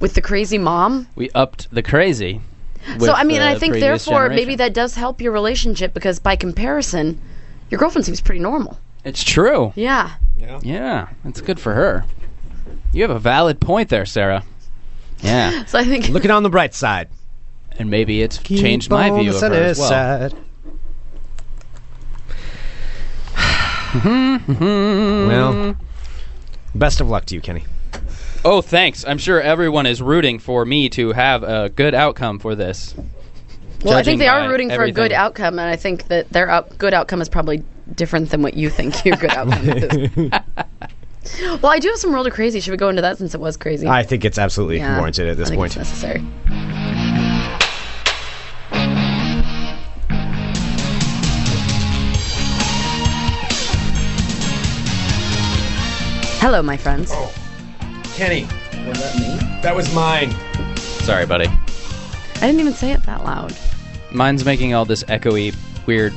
[SPEAKER 7] with the crazy mom.
[SPEAKER 5] we upped the crazy.
[SPEAKER 7] So, I mean, and I think therefore maybe that does help your relationship because by comparison, your girlfriend seems pretty normal.
[SPEAKER 5] it's true.
[SPEAKER 7] Yeah.
[SPEAKER 5] Yeah, it's good for her. You have a valid point there, Sarah. Yeah,
[SPEAKER 7] So I think.
[SPEAKER 6] Looking on the bright side.
[SPEAKER 5] and maybe it's changed my view of her as well.
[SPEAKER 6] well, best of luck to you, Kenny.
[SPEAKER 5] Oh, thanks. I'm sure everyone is rooting for me to have a good outcome for this.
[SPEAKER 7] Well, I
[SPEAKER 5] judging
[SPEAKER 7] think they are
[SPEAKER 5] by
[SPEAKER 7] rooting for a good
[SPEAKER 5] everything.
[SPEAKER 7] outcome, and I think that their out- good outcome is probably different than what you think your good outcome is. well, I do have some world of crazy. Should we go into that since it was crazy?
[SPEAKER 6] I think it's absolutely
[SPEAKER 7] Yeah,
[SPEAKER 6] warranted at
[SPEAKER 7] I
[SPEAKER 6] this
[SPEAKER 7] think
[SPEAKER 6] point.
[SPEAKER 7] It's necessary. Hello, my friends.
[SPEAKER 6] Kenny. Was that me? That was mine.
[SPEAKER 5] Sorry, buddy.
[SPEAKER 7] I didn't even say it that loud.
[SPEAKER 5] Mine's making all this echoey, weird,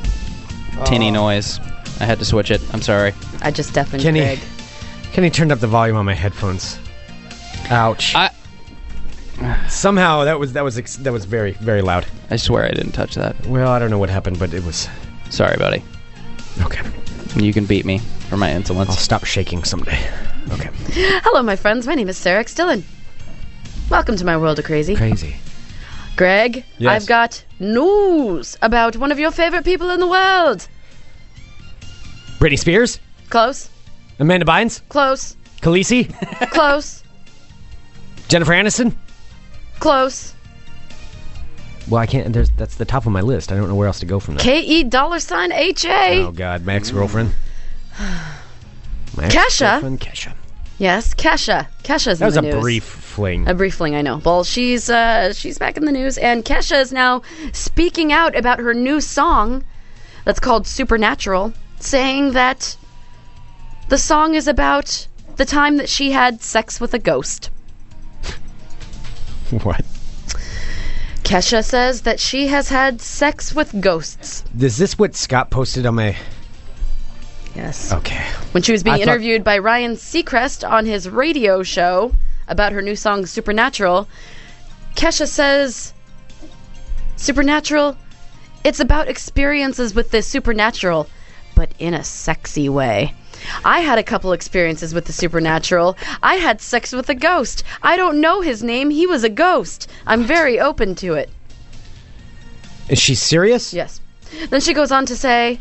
[SPEAKER 5] tinny noise. I had to switch it. I'm sorry.
[SPEAKER 7] I just deafened
[SPEAKER 6] Kenny.
[SPEAKER 7] Greg.
[SPEAKER 6] Kenny turned up the volume on my headphones. Ouch.
[SPEAKER 5] I
[SPEAKER 6] Somehow that was that was ex- that was very very loud.
[SPEAKER 5] I swear I didn't touch that.
[SPEAKER 6] Well, I don't know what happened, but it was
[SPEAKER 5] Sorry, buddy.
[SPEAKER 6] okay.
[SPEAKER 5] You can beat me for my insolence.
[SPEAKER 6] I'll stop shaking someday. Okay.
[SPEAKER 7] Hello, my friends. My name is Sarah X. Dillon. Welcome to my world of crazy.
[SPEAKER 6] Crazy.
[SPEAKER 7] Greg,
[SPEAKER 6] Yes.
[SPEAKER 7] I've got news about one of your favorite people in the world.
[SPEAKER 6] Britney Spears,
[SPEAKER 7] Close,
[SPEAKER 6] Amanda Bynes,
[SPEAKER 7] close,
[SPEAKER 6] Khaleesi,
[SPEAKER 7] close,
[SPEAKER 6] Jennifer Aniston.
[SPEAKER 7] close.
[SPEAKER 6] Well, I can't. There's that's the top of my list. I don't know where else to go from there.
[SPEAKER 7] K E dollar sign H A.
[SPEAKER 6] Oh God, my ex-girlfriend. My
[SPEAKER 7] Kesha?
[SPEAKER 6] ex-girlfriend, Kesha.
[SPEAKER 7] Yes, Kesha. Kesha's
[SPEAKER 6] That was a
[SPEAKER 7] in the news.
[SPEAKER 6] brief fling.
[SPEAKER 7] A brief fling, I know. Well, she's uh, she's back in the news, and Kesha is now speaking out about her new song that's called Supernatural, saying that the song is about the time that she had sex with a ghost.
[SPEAKER 6] what?
[SPEAKER 7] Kesha says that she has had sex with ghosts.
[SPEAKER 6] Is this what Scott posted on my?
[SPEAKER 7] Yes.
[SPEAKER 6] Okay.
[SPEAKER 7] When she was being
[SPEAKER 6] Oh. I thought-
[SPEAKER 7] interviewed by Ryan Seacrest on his radio show about her new song Supernatural, Kesha says, Supernatural, it's about experiences with the supernatural, but in a sexy way. I had a couple experiences with the supernatural. I had sex with a ghost. I don't know his name. He was a ghost. I'm very open to it.
[SPEAKER 6] Is she serious?
[SPEAKER 7] Yes. Then she goes on to say,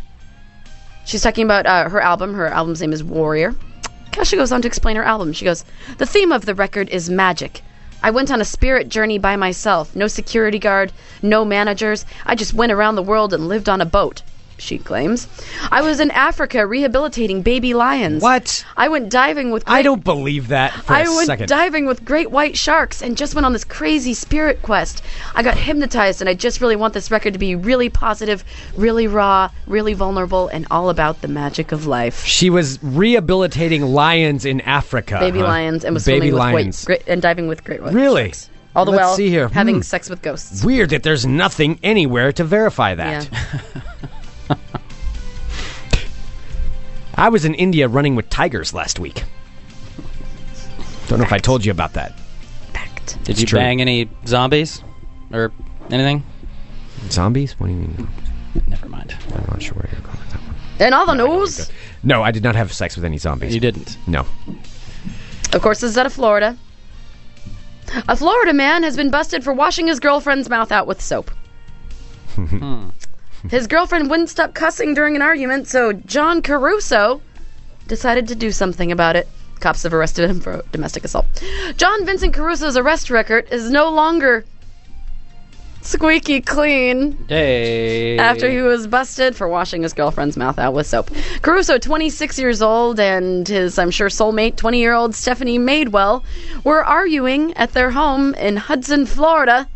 [SPEAKER 7] she's talking about uh, her album. Her album's name is Warrior. She goes on to explain her album. She goes, The theme of the record is magic. I went on a spirit journey by myself. No security guard, no managers. I just went around the world and lived on a boat, she claims. I was in Africa rehabilitating baby lions.
[SPEAKER 6] What?
[SPEAKER 7] I went diving with.
[SPEAKER 6] I
[SPEAKER 7] great-
[SPEAKER 6] don't believe that for a
[SPEAKER 7] I went
[SPEAKER 6] second.
[SPEAKER 7] diving with great white sharks and just went on this crazy spirit quest. I got hypnotized, and I just really want this record to be really positive, really raw, really vulnerable, and all about the magic of life.
[SPEAKER 6] she was rehabilitating lions in Africa.
[SPEAKER 7] Baby
[SPEAKER 6] huh?
[SPEAKER 7] lions and was
[SPEAKER 6] Uh-huh. baby
[SPEAKER 7] swimming
[SPEAKER 6] lions.
[SPEAKER 7] with white great, and diving with great white
[SPEAKER 6] Really?
[SPEAKER 7] sharks. All the
[SPEAKER 6] Let's
[SPEAKER 7] while
[SPEAKER 6] see here.
[SPEAKER 7] having
[SPEAKER 6] Hmm.
[SPEAKER 7] sex with ghosts.
[SPEAKER 6] Weird that there's nothing anywhere to verify that.
[SPEAKER 7] Yeah.
[SPEAKER 6] I was in India running with tigers last week. Don't know if I told you about that.
[SPEAKER 7] Fact.
[SPEAKER 5] Did you
[SPEAKER 6] true.
[SPEAKER 5] bang any zombies or anything?
[SPEAKER 6] Zombies? What do you mean?
[SPEAKER 5] Never mind.
[SPEAKER 6] I'm not sure where you're going with that one.
[SPEAKER 7] And all the news,
[SPEAKER 6] No, I did not have sex with any zombies.
[SPEAKER 5] You didn't.
[SPEAKER 6] No.
[SPEAKER 7] of course, this is out of Florida. A Florida man has been busted for washing his girlfriend's mouth out with soap. His girlfriend wouldn't stop cussing during an argument, so John Caruso decided to do something about it. Cops have arrested him for domestic assault. John Vincent Caruso's arrest record is no longer squeaky clean.
[SPEAKER 5] Hey.
[SPEAKER 7] after he was busted for washing his girlfriend's mouth out with soap. Caruso, 26 years old, and his, I'm sure, soulmate, 20 year old Stephanie Madewell, were arguing at their home in Hudson, Florida,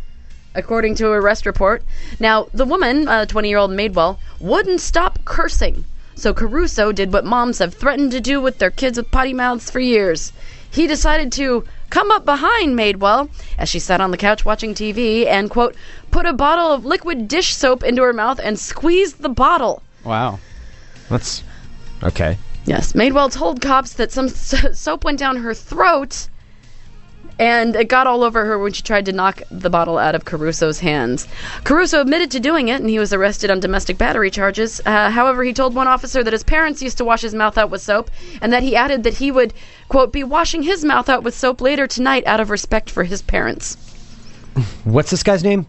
[SPEAKER 7] according to a arrest report. Now, the woman, 20 year old Madewell, wouldn't stop cursing. So Caruso did what moms have threatened to do with their kids with potty mouths for years. He decided to come up behind Madewell as she sat on the couch watching TV and, quote, put a bottle of liquid dish soap into her mouth and squeezed the bottle.
[SPEAKER 5] Wow.
[SPEAKER 6] That's okay.
[SPEAKER 7] Yes, Madewell told cops that some s- soap went down her throat and it got all over her when she tried to knock the bottle out of Caruso's hands. Caruso admitted to doing it and he was arrested on domestic battery charges. Uh, however, he told one officer that his parents used to wash his mouth out with soap and that he added that he would, quote, be washing his mouth out with soap later tonight out of respect for his parents.
[SPEAKER 6] What's this guy's name?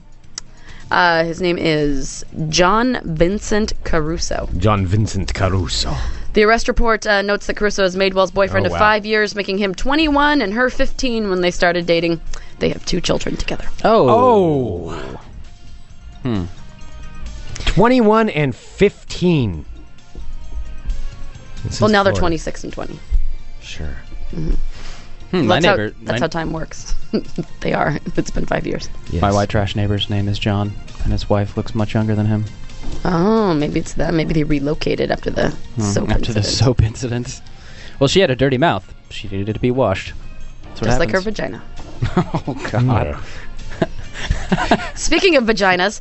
[SPEAKER 7] Uh, his name is John Vincent Caruso.
[SPEAKER 6] John Vincent Caruso.
[SPEAKER 7] The arrest report uh, notes that Caruso is Madewell's boyfriend
[SPEAKER 6] Oh,
[SPEAKER 7] of
[SPEAKER 6] wow.
[SPEAKER 7] five years, making him 21 and her 15 when they started dating. They have two children together.
[SPEAKER 5] Oh.
[SPEAKER 6] Oh. Hmm. 21 Hmm. and 15. This
[SPEAKER 7] well,
[SPEAKER 6] is
[SPEAKER 7] now they're
[SPEAKER 6] Florida.
[SPEAKER 7] 26 and 20.
[SPEAKER 6] Sure.
[SPEAKER 5] Hmm, my
[SPEAKER 7] That's, how,
[SPEAKER 5] neighbor.
[SPEAKER 7] that's
[SPEAKER 5] my,
[SPEAKER 7] how time works. they are. It's been five years.
[SPEAKER 5] my
[SPEAKER 6] Yes.
[SPEAKER 5] white trash neighbor's name is John, and his wife looks much younger than him.
[SPEAKER 7] Oh, maybe it's that. Maybe they relocated after the soap
[SPEAKER 5] Hmm, after the
[SPEAKER 7] incident.
[SPEAKER 5] soap incident. Well, she had a dirty mouth. She needed to be washed. That's what
[SPEAKER 7] Just like her
[SPEAKER 5] happens.
[SPEAKER 7] vagina.
[SPEAKER 5] God.
[SPEAKER 7] Speaking of vaginas,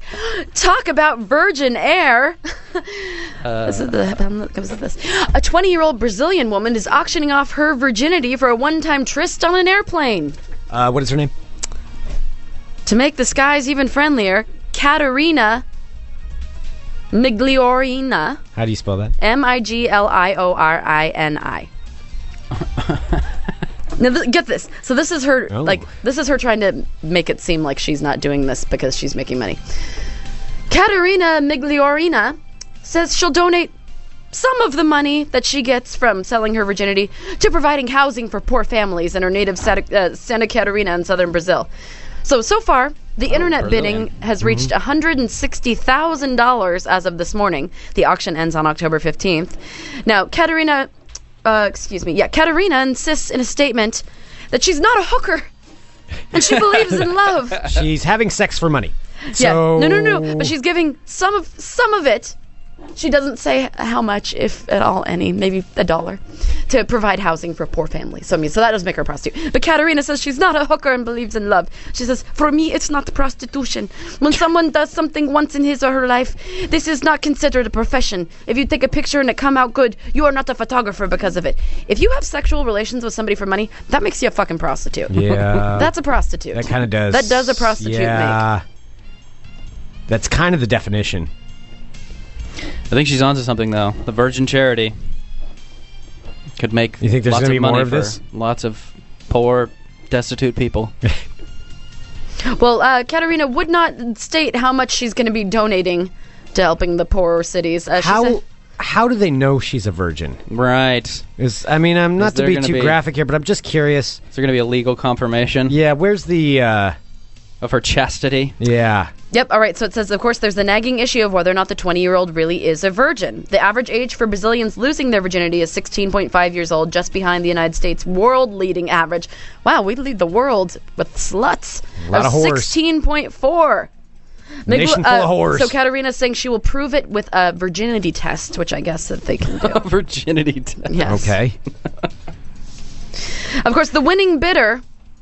[SPEAKER 7] talk about Virgin Air.
[SPEAKER 5] Uh,
[SPEAKER 7] this is the um, that comes with this. A 20-year-old Brazilian woman is auctioning off her virginity for a one-time tryst on an airplane.
[SPEAKER 6] Uh, what is her name?
[SPEAKER 7] To make the skies even friendlier, Katerina Migliorina,
[SPEAKER 6] How do you spell that?
[SPEAKER 7] M I G L I O R I N I. Now th- get this. So this is her
[SPEAKER 6] Oh.
[SPEAKER 7] like this is her trying to make it seem like she's not doing this because she's making money. Katerina Migliorina says she'll donate some of the money that she gets from selling her virginity to providing housing for poor families in her native Santa, uh, Santa Catarina in southern Brazil. So, so far, the internet bidding has reached $160,000 as of this morning. The auction ends on October 15th. Now, Katerina, uh, excuse me, yeah, Katerina insists in a statement that she's not a hooker and she believes in love.
[SPEAKER 6] She's having sex for money.
[SPEAKER 7] Yeah.
[SPEAKER 6] So
[SPEAKER 7] No, no, no. But she's giving some of some of it. She doesn't say how much, if at all, any, maybe a dollar, to provide housing for poor families. So I mean, so that does make her a prostitute. But Katerina says she's not a hooker and believes in love. She says, for me, it's not prostitution. When someone does something once in his or her life, this is not considered a profession. If you take a picture and it come out good, you are not a photographer because of it. If you have sexual relations with somebody for money, that makes you a fucking prostitute.
[SPEAKER 6] Yeah.
[SPEAKER 7] That's a prostitute.
[SPEAKER 6] that kind of does.
[SPEAKER 7] That does a prostitute make.
[SPEAKER 6] yeah. That's kind of the definition.
[SPEAKER 5] I think she's onto something though. The Virgin Charity could make
[SPEAKER 6] You think there's
[SPEAKER 5] lots
[SPEAKER 6] gonna
[SPEAKER 5] of
[SPEAKER 6] be more
[SPEAKER 5] money
[SPEAKER 6] of
[SPEAKER 5] for
[SPEAKER 6] this?
[SPEAKER 5] lots of poor, destitute people.
[SPEAKER 7] Well, uh, Katerina would not state how much she's going to be donating to helping the poorer cities. Uh, she
[SPEAKER 6] How
[SPEAKER 7] said-
[SPEAKER 6] how do they know she's a virgin?
[SPEAKER 5] right? Is
[SPEAKER 6] Is I mean, I'm not to
[SPEAKER 5] there
[SPEAKER 6] be
[SPEAKER 5] gonna
[SPEAKER 6] too
[SPEAKER 5] be-
[SPEAKER 6] graphic here, but I'm just curious.
[SPEAKER 5] there going to be a legal confirmation
[SPEAKER 6] Yeah, where's the uh
[SPEAKER 5] of her chastity?
[SPEAKER 6] yeah.
[SPEAKER 7] Yep. All right. So it says, of course, there's the nagging issue of whether or not the 20 year old really is a virgin. The average age for Brazilians losing their virginity is 16.5 years old, just behind the United States world leading average. Wow, we lead the world with sluts.
[SPEAKER 6] Lot of whores.
[SPEAKER 7] 16.4. Maybe uh,
[SPEAKER 6] Nation full of whores.
[SPEAKER 7] So Katerina's saying she will prove it with a virginity test, which I guess that they can do.
[SPEAKER 5] Virginity. test.
[SPEAKER 7] Yes.
[SPEAKER 6] Okay.
[SPEAKER 7] Of course, the winning bidder,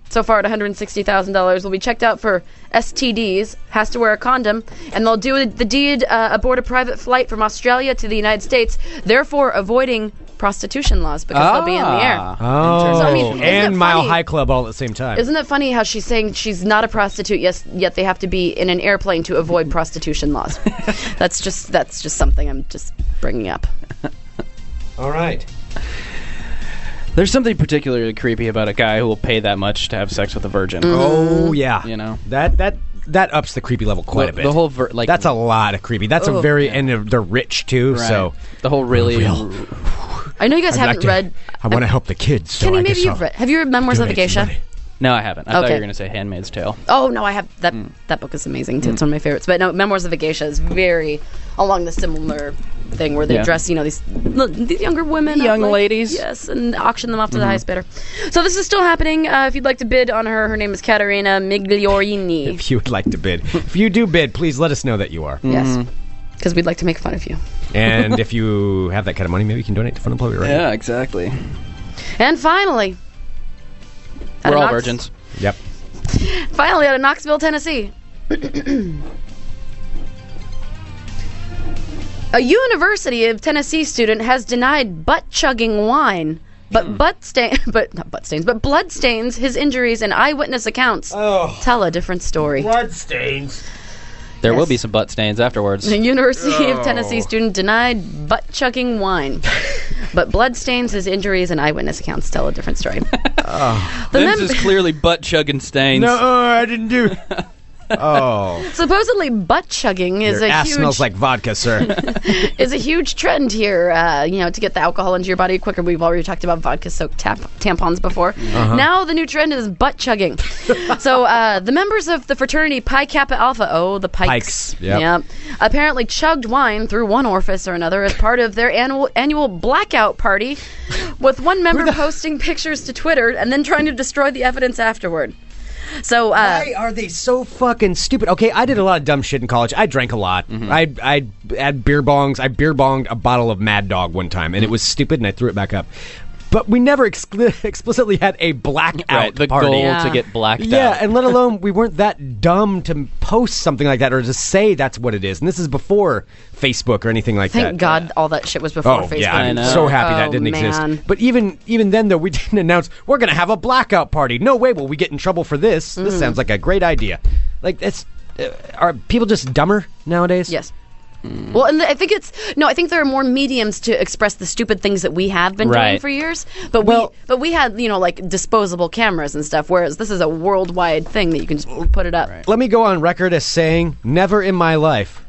[SPEAKER 7] so far at $160,000, will be checked out for STDs, has to wear a condom, and they'll do the deed uh, aboard a private flight from Australia to the United States, therefore avoiding prostitution laws because they'll be in the air.
[SPEAKER 6] Oh,
[SPEAKER 7] I mean, isn't it
[SPEAKER 6] and Mile
[SPEAKER 7] funny?
[SPEAKER 6] High Club all at the same time.
[SPEAKER 7] Isn't it funny how she's saying she's not a prostitute, yes, yet they have to be in an airplane to avoid prostitution laws? that's just that's just something I'm just bringing up.
[SPEAKER 6] all right.
[SPEAKER 5] There's something particularly creepy about a guy who will pay that much to have sex with a virgin.
[SPEAKER 7] Mm.
[SPEAKER 6] Oh yeah.
[SPEAKER 5] You know.
[SPEAKER 6] That that that ups the creepy level quite a
[SPEAKER 5] the,
[SPEAKER 6] bit.
[SPEAKER 5] the whole ver- like
[SPEAKER 6] That's a lot of creepy. That's a
[SPEAKER 7] Ugh.
[SPEAKER 6] very and they're- they're rich too,
[SPEAKER 5] right.
[SPEAKER 6] so
[SPEAKER 5] the whole really
[SPEAKER 6] Real.
[SPEAKER 7] I know you guys
[SPEAKER 6] I'd like
[SPEAKER 7] haven't
[SPEAKER 6] to-
[SPEAKER 7] read.
[SPEAKER 6] I want to help the kids. So
[SPEAKER 7] Kenny,
[SPEAKER 6] I
[SPEAKER 7] maybe
[SPEAKER 6] guess
[SPEAKER 7] you've
[SPEAKER 6] I'll
[SPEAKER 7] read. Have you read Memoirs of a
[SPEAKER 6] donate some
[SPEAKER 7] Geisha?
[SPEAKER 6] money.
[SPEAKER 5] No, I haven't. I thought you
[SPEAKER 7] Okay.
[SPEAKER 5] were going to say Handmaid's Tale.
[SPEAKER 7] Oh no, I have that.
[SPEAKER 5] Hmm.
[SPEAKER 7] That book is amazing too. It's one of my favorites. But no, Memoirs of a Geisha is very along the similar thing where they
[SPEAKER 5] Yeah.
[SPEAKER 7] dress, you know, these l- these younger women, up,
[SPEAKER 5] Young
[SPEAKER 7] like-
[SPEAKER 5] ladies.
[SPEAKER 7] yes, and auction them off to
[SPEAKER 5] Mm-hmm.
[SPEAKER 7] the highest bidder. So this is still happening. Uh, if you'd like to bid on her, her name is Caterina Migliorini.
[SPEAKER 6] If you would like to bid, if you do bid, please let us know that you are.
[SPEAKER 5] Mm.
[SPEAKER 7] yes, because we'd like to make fun of you.
[SPEAKER 6] and if you have that kind of money, maybe you can donate to Fun Employment Radio.
[SPEAKER 5] exactly.
[SPEAKER 7] And finally, at
[SPEAKER 5] We're all
[SPEAKER 7] Knox-
[SPEAKER 5] virgins.
[SPEAKER 6] Yep.
[SPEAKER 7] Finally, out of Knoxville, Tennessee. A University of Tennessee student has denied butt chugging wine, but
[SPEAKER 6] Hmm.
[SPEAKER 7] butt stain, but not butt stains, but blood stains his injuries and eyewitness accounts
[SPEAKER 6] Oh.
[SPEAKER 7] tell a different story.
[SPEAKER 5] There will
[SPEAKER 7] Yes.
[SPEAKER 5] be some butt stains afterwards.
[SPEAKER 7] A University
[SPEAKER 6] Oh.
[SPEAKER 7] of Tennessee student denied butt chugging wine, but blood stains his injuries and eyewitness accounts tell a different story.
[SPEAKER 6] Ah.
[SPEAKER 7] The
[SPEAKER 5] This
[SPEAKER 7] mem-
[SPEAKER 5] is clearly butt chugging stains.
[SPEAKER 6] No, I didn't do. Oh,
[SPEAKER 7] supposedly butt chugging is
[SPEAKER 6] your
[SPEAKER 7] a
[SPEAKER 6] ass
[SPEAKER 7] huge
[SPEAKER 6] smells like vodka, sir.
[SPEAKER 7] is a huge trend here. Uh, you know, to get the alcohol into your body quicker. We've already talked about vodka-soaked tap- tampons before.
[SPEAKER 6] Uh-huh.
[SPEAKER 7] Now the new trend is butt chugging. so uh, the members of the fraternity Pi Kappa Alpha, oh, the Pikes,
[SPEAKER 6] Pikes, yep.
[SPEAKER 7] apparently chugged wine through one orifice or another as part of their annual annual blackout party, with one member posting pictures to Twitter and then trying to destroy the evidence afterward. So uh,
[SPEAKER 6] Why are they so fucking stupid? Okay, I did a lot of dumb shit in college. I drank a lot.
[SPEAKER 5] Mm-hmm.
[SPEAKER 6] I I had beer bongs. I beer bonged a bottle of Mad Dog one time, and it was stupid, and I threw it back up. but we never exclu- explicitly had a blackout
[SPEAKER 5] right, the
[SPEAKER 6] party.
[SPEAKER 5] goal
[SPEAKER 7] uh, Yeah.
[SPEAKER 5] to get blacked
[SPEAKER 6] Yeah,
[SPEAKER 5] out.
[SPEAKER 6] and let alone we weren't that dumb to post something like that or to say that's what it is. And this is before Facebook or anything like that.
[SPEAKER 7] Thank God all that shit was before
[SPEAKER 6] Oh
[SPEAKER 7] Facebook.
[SPEAKER 6] yeah,
[SPEAKER 5] I
[SPEAKER 6] I'm
[SPEAKER 5] know.
[SPEAKER 6] so happy that
[SPEAKER 7] Oh,
[SPEAKER 6] didn't
[SPEAKER 7] man.
[SPEAKER 6] exist. But even even then though, we didn't announce we're going to have a blackout party. No way will we get in trouble for this.
[SPEAKER 7] Mm.
[SPEAKER 6] This sounds like a great idea. Like that's uh, are people just dumber nowadays?
[SPEAKER 7] Yes. Well, and I think it's no. I think there are more mediums to express the stupid things that we have been doing
[SPEAKER 5] Right.
[SPEAKER 7] for years. But
[SPEAKER 6] Well-
[SPEAKER 7] we, but we had you know like disposable cameras and stuff. Whereas this is a worldwide thing that you can just put it up.
[SPEAKER 6] Let me go on record as saying never in my life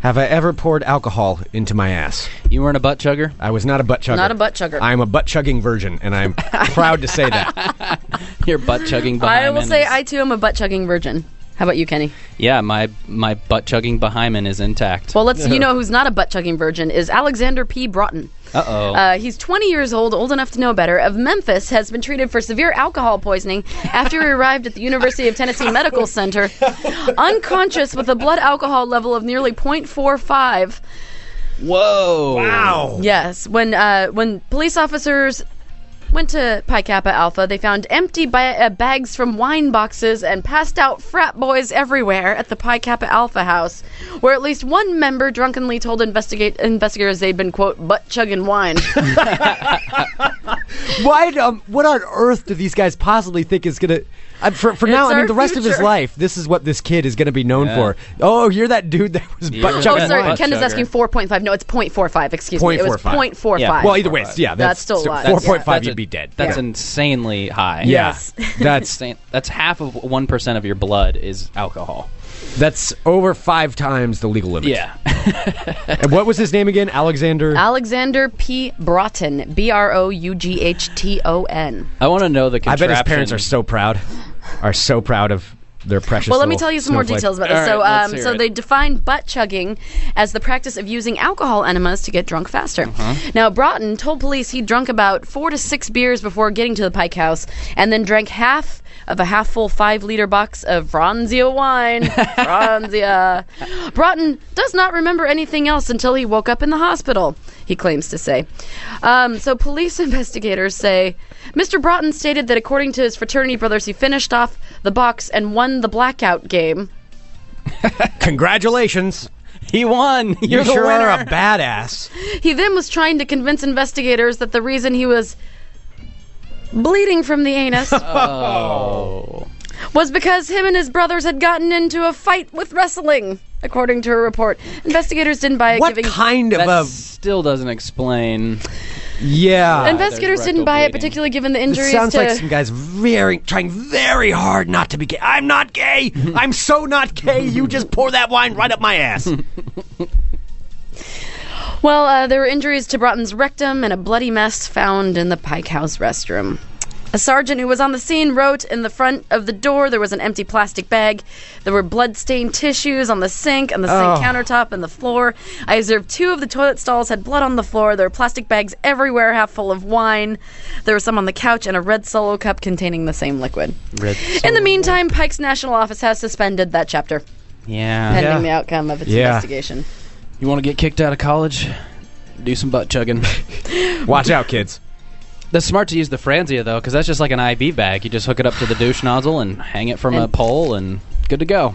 [SPEAKER 6] have I ever poured alcohol into my ass.
[SPEAKER 5] You weren't a butt chugger?
[SPEAKER 6] I was not a butt chugger.
[SPEAKER 7] Not a butt chugger.
[SPEAKER 6] I'm a butt chugging virgin, and I'm proud to say that.
[SPEAKER 5] You're butt chugging behind
[SPEAKER 7] I will say I too am a butt chugging virgin. How about you, Kenny?
[SPEAKER 5] Yeah, my my butt chugging behind is intact.
[SPEAKER 7] Well, let's. You know who's not a butt chugging virgin is Alexander P. Broughton.
[SPEAKER 5] Uh-oh.
[SPEAKER 7] Uh, he's 20 years old, old enough to know better. Of Memphis, has been treated for severe alcohol poisoning after he arrived at the University of Tennessee Medical Center, unconscious with a blood alcohol level of nearly 0.45.
[SPEAKER 5] Whoa. Wow.
[SPEAKER 7] Yes, when uh, when police officers went to Pi Kappa Alpha, they found empty ba- uh, bags from wine boxes and passed out frat boys everywhere at the Pi Kappa Alpha house, where at least one member drunkenly told investigate investigators they'd been quote butt chugging wine.
[SPEAKER 6] Why? d- Um, what on earth do these guys possibly think is gonna? I, for for
[SPEAKER 7] It's
[SPEAKER 6] now, I mean,
[SPEAKER 7] our
[SPEAKER 6] the rest of his
[SPEAKER 7] future.
[SPEAKER 6] life, this is what this kid is gonna be known
[SPEAKER 5] Yeah.
[SPEAKER 6] for. Oh, you're that dude that was
[SPEAKER 5] Yeah.
[SPEAKER 7] oh,
[SPEAKER 6] butt chugging.
[SPEAKER 5] Chugging
[SPEAKER 7] sorry,
[SPEAKER 5] wine.
[SPEAKER 7] Ken is
[SPEAKER 5] Butt
[SPEAKER 7] asking
[SPEAKER 5] chugger.
[SPEAKER 7] 4.5. No, it's 0.45. Excuse me, it was
[SPEAKER 6] 0.45.
[SPEAKER 7] 0.45.
[SPEAKER 5] Yeah.
[SPEAKER 6] well, either way, it's, yeah, that's,
[SPEAKER 7] That's still a lot.
[SPEAKER 6] Four
[SPEAKER 7] That's-
[SPEAKER 6] point five,
[SPEAKER 5] That's
[SPEAKER 6] you'd
[SPEAKER 5] a-
[SPEAKER 6] be dead.
[SPEAKER 5] That's
[SPEAKER 6] yeah.
[SPEAKER 5] insanely high.
[SPEAKER 6] Yeah.
[SPEAKER 7] Yes.
[SPEAKER 6] that's
[SPEAKER 5] Insane- That's half of 1% of your blood is alcohol.
[SPEAKER 6] that's over five times the legal limit.
[SPEAKER 5] Yeah.
[SPEAKER 6] And what was his name again? Alexander.
[SPEAKER 7] Alexander P. Broughton, B R O U G H T O N.
[SPEAKER 5] I want to know the
[SPEAKER 6] I
[SPEAKER 5] contraption.
[SPEAKER 6] bet his parents are so proud. Are so proud of their precious.
[SPEAKER 7] Well, let me
[SPEAKER 6] little
[SPEAKER 7] tell you some more
[SPEAKER 6] snowflake.
[SPEAKER 7] details about
[SPEAKER 5] All
[SPEAKER 7] this.
[SPEAKER 5] right, let's
[SPEAKER 7] so, um,
[SPEAKER 5] hear
[SPEAKER 7] so
[SPEAKER 5] it.
[SPEAKER 7] they define butt chugging as the practice of using alcohol enemas to get drunk faster.
[SPEAKER 5] Uh-huh.
[SPEAKER 7] Now, Broughton told police he drunk about four to six beers before getting to the Pike House, and then drank half of a half-full five-liter box of Franzia wine. Franzia. Broughton does not remember anything else until he woke up in the hospital. He claims to say. Um, so, police investigators say Mr. Broughton stated that according to his fraternity brothers, he finished off the box and won the blackout game.
[SPEAKER 6] Congratulations.
[SPEAKER 5] He won. You're
[SPEAKER 6] you
[SPEAKER 5] the
[SPEAKER 6] sure
[SPEAKER 5] winner.
[SPEAKER 6] are a badass.
[SPEAKER 7] He then was trying to convince investigators that the reason he was bleeding from the anus
[SPEAKER 5] Oh.
[SPEAKER 7] was because him and his brothers had gotten into a fight with wrestling, according to a report. Investigators didn't buy it
[SPEAKER 6] What
[SPEAKER 7] giving
[SPEAKER 6] kind of
[SPEAKER 5] That
[SPEAKER 6] a
[SPEAKER 5] still doesn't explain.
[SPEAKER 6] yeah?
[SPEAKER 7] investigators
[SPEAKER 5] there's
[SPEAKER 7] didn't
[SPEAKER 5] rectal
[SPEAKER 7] buy it,
[SPEAKER 5] bleeding.
[SPEAKER 7] particularly given the
[SPEAKER 6] It
[SPEAKER 7] injuries
[SPEAKER 6] sounds
[SPEAKER 7] to
[SPEAKER 6] like some guys very trying very hard not to be gay. I'm not gay. I'm so not gay. You just pour that wine right up my ass.
[SPEAKER 7] Well, uh, there were injuries to Broughton's rectum and a bloody mess found in the Pike House restroom. A sergeant who was on the scene wrote in the front of the door there was an empty plastic bag. There were blood-stained tissues on the sink, on the
[SPEAKER 6] Oh.
[SPEAKER 7] sink countertop, and the floor. I observed two of the toilet stalls had blood on the floor. There were plastic bags everywhere, half full of wine. There was some on the couch and a red solo cup containing the same liquid.
[SPEAKER 5] Red
[SPEAKER 7] In
[SPEAKER 6] Oh.
[SPEAKER 7] the meantime, Pike's national office has suspended that chapter
[SPEAKER 5] Yeah.
[SPEAKER 7] pending
[SPEAKER 6] Yeah.
[SPEAKER 7] the outcome of its
[SPEAKER 6] Yeah.
[SPEAKER 7] investigation.
[SPEAKER 5] You want to get kicked out of college? Do some butt chugging.
[SPEAKER 6] Watch out, kids.
[SPEAKER 5] That's smart to use the Franzia though, because that's just like an IV bag. You just hook it up to the douche nozzle and hang it from a
[SPEAKER 7] And-
[SPEAKER 5] pole, and good to go.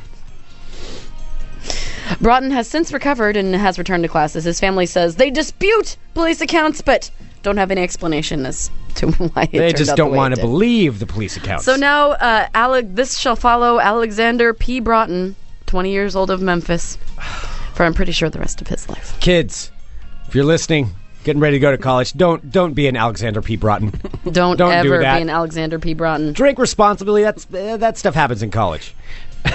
[SPEAKER 7] Broughton has since recovered and has returned to classes. His family says they dispute police accounts, but don't have any explanation as to why it
[SPEAKER 6] They
[SPEAKER 7] turned
[SPEAKER 6] just
[SPEAKER 7] out
[SPEAKER 6] don't
[SPEAKER 7] the way
[SPEAKER 6] want
[SPEAKER 7] it
[SPEAKER 6] to
[SPEAKER 7] did.
[SPEAKER 6] believe the police accounts.
[SPEAKER 7] So now, uh, Alec, this shall follow Alexander P. Broughton, 20 years old of Memphis, for I'm pretty sure the rest of his life.
[SPEAKER 6] kids, if you're listening, getting ready to go to college, don't don't be an Alexander P. Broughton.
[SPEAKER 7] Don't,
[SPEAKER 6] Don't do
[SPEAKER 7] ever
[SPEAKER 6] that.
[SPEAKER 7] be an Alexander P. Broughton.
[SPEAKER 6] Drink responsibly. That's uh, that stuff happens in college.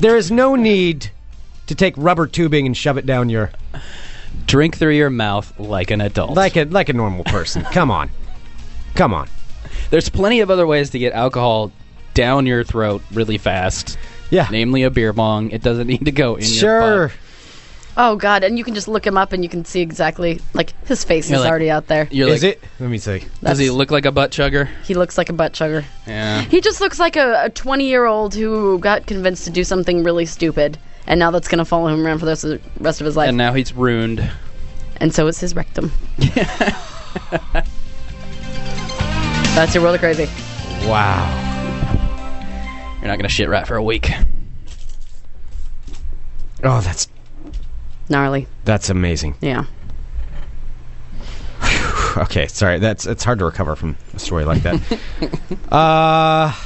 [SPEAKER 6] there is no need to take rubber tubing and shove it down your
[SPEAKER 5] Drink through your mouth like an adult.
[SPEAKER 6] like a like a normal person. Come on, come on.
[SPEAKER 5] There's plenty of other ways to get alcohol down your throat really fast.
[SPEAKER 6] Yeah.
[SPEAKER 5] Namely, a beer bong. It doesn't need to go in your
[SPEAKER 6] Sure.
[SPEAKER 5] butt.
[SPEAKER 7] Oh, God. And you can just look him up and you can see exactly, like, his face
[SPEAKER 5] You're
[SPEAKER 7] is
[SPEAKER 5] like-
[SPEAKER 7] already out there.
[SPEAKER 5] You're
[SPEAKER 6] Is
[SPEAKER 5] like,
[SPEAKER 6] it? Let me see.
[SPEAKER 5] Does he look like a butt chugger?
[SPEAKER 7] He looks like a butt chugger.
[SPEAKER 5] Yeah.
[SPEAKER 7] He just looks like a 20 year old who got convinced to do something really stupid, and now that's going to follow him around for the rest of- rest of his life.
[SPEAKER 5] And
[SPEAKER 7] And,
[SPEAKER 5] now he's ruined.
[SPEAKER 7] so is his rectum. That's your world of crazy.
[SPEAKER 6] Wow.
[SPEAKER 5] You're not gonna shit rat for a week.
[SPEAKER 6] Oh, that's
[SPEAKER 7] Gnarly.
[SPEAKER 6] that's amazing.
[SPEAKER 7] Yeah.
[SPEAKER 6] Okay, sorry. That's it's hard to recover from a story like that. uh, I've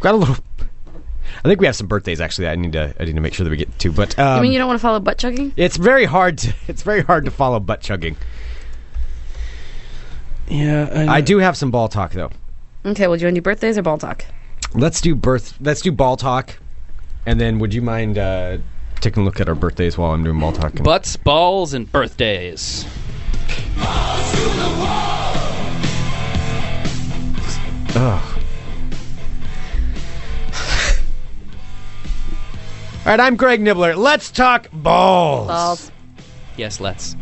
[SPEAKER 6] got a little. I think we have some birthdays actually. That I need to I need to make sure that we get to. But um,
[SPEAKER 7] I mean, you don't want to follow butt chugging?
[SPEAKER 6] it's very hard. To, it's very hard to follow butt chugging.
[SPEAKER 5] Yeah,
[SPEAKER 6] I do have some ball talk though.
[SPEAKER 7] Okay, well, do you want to do birthdays or ball talk?
[SPEAKER 6] Let's do birth. Let's do ball talk, and then would you mind uh, taking a look at our birthdays while I'm doing ball talk?
[SPEAKER 5] Butts, balls, and birthdays.
[SPEAKER 6] Ugh. All right, I'm Greg Nibbler. Let's talk balls.
[SPEAKER 7] Balls.
[SPEAKER 5] Yes, let's.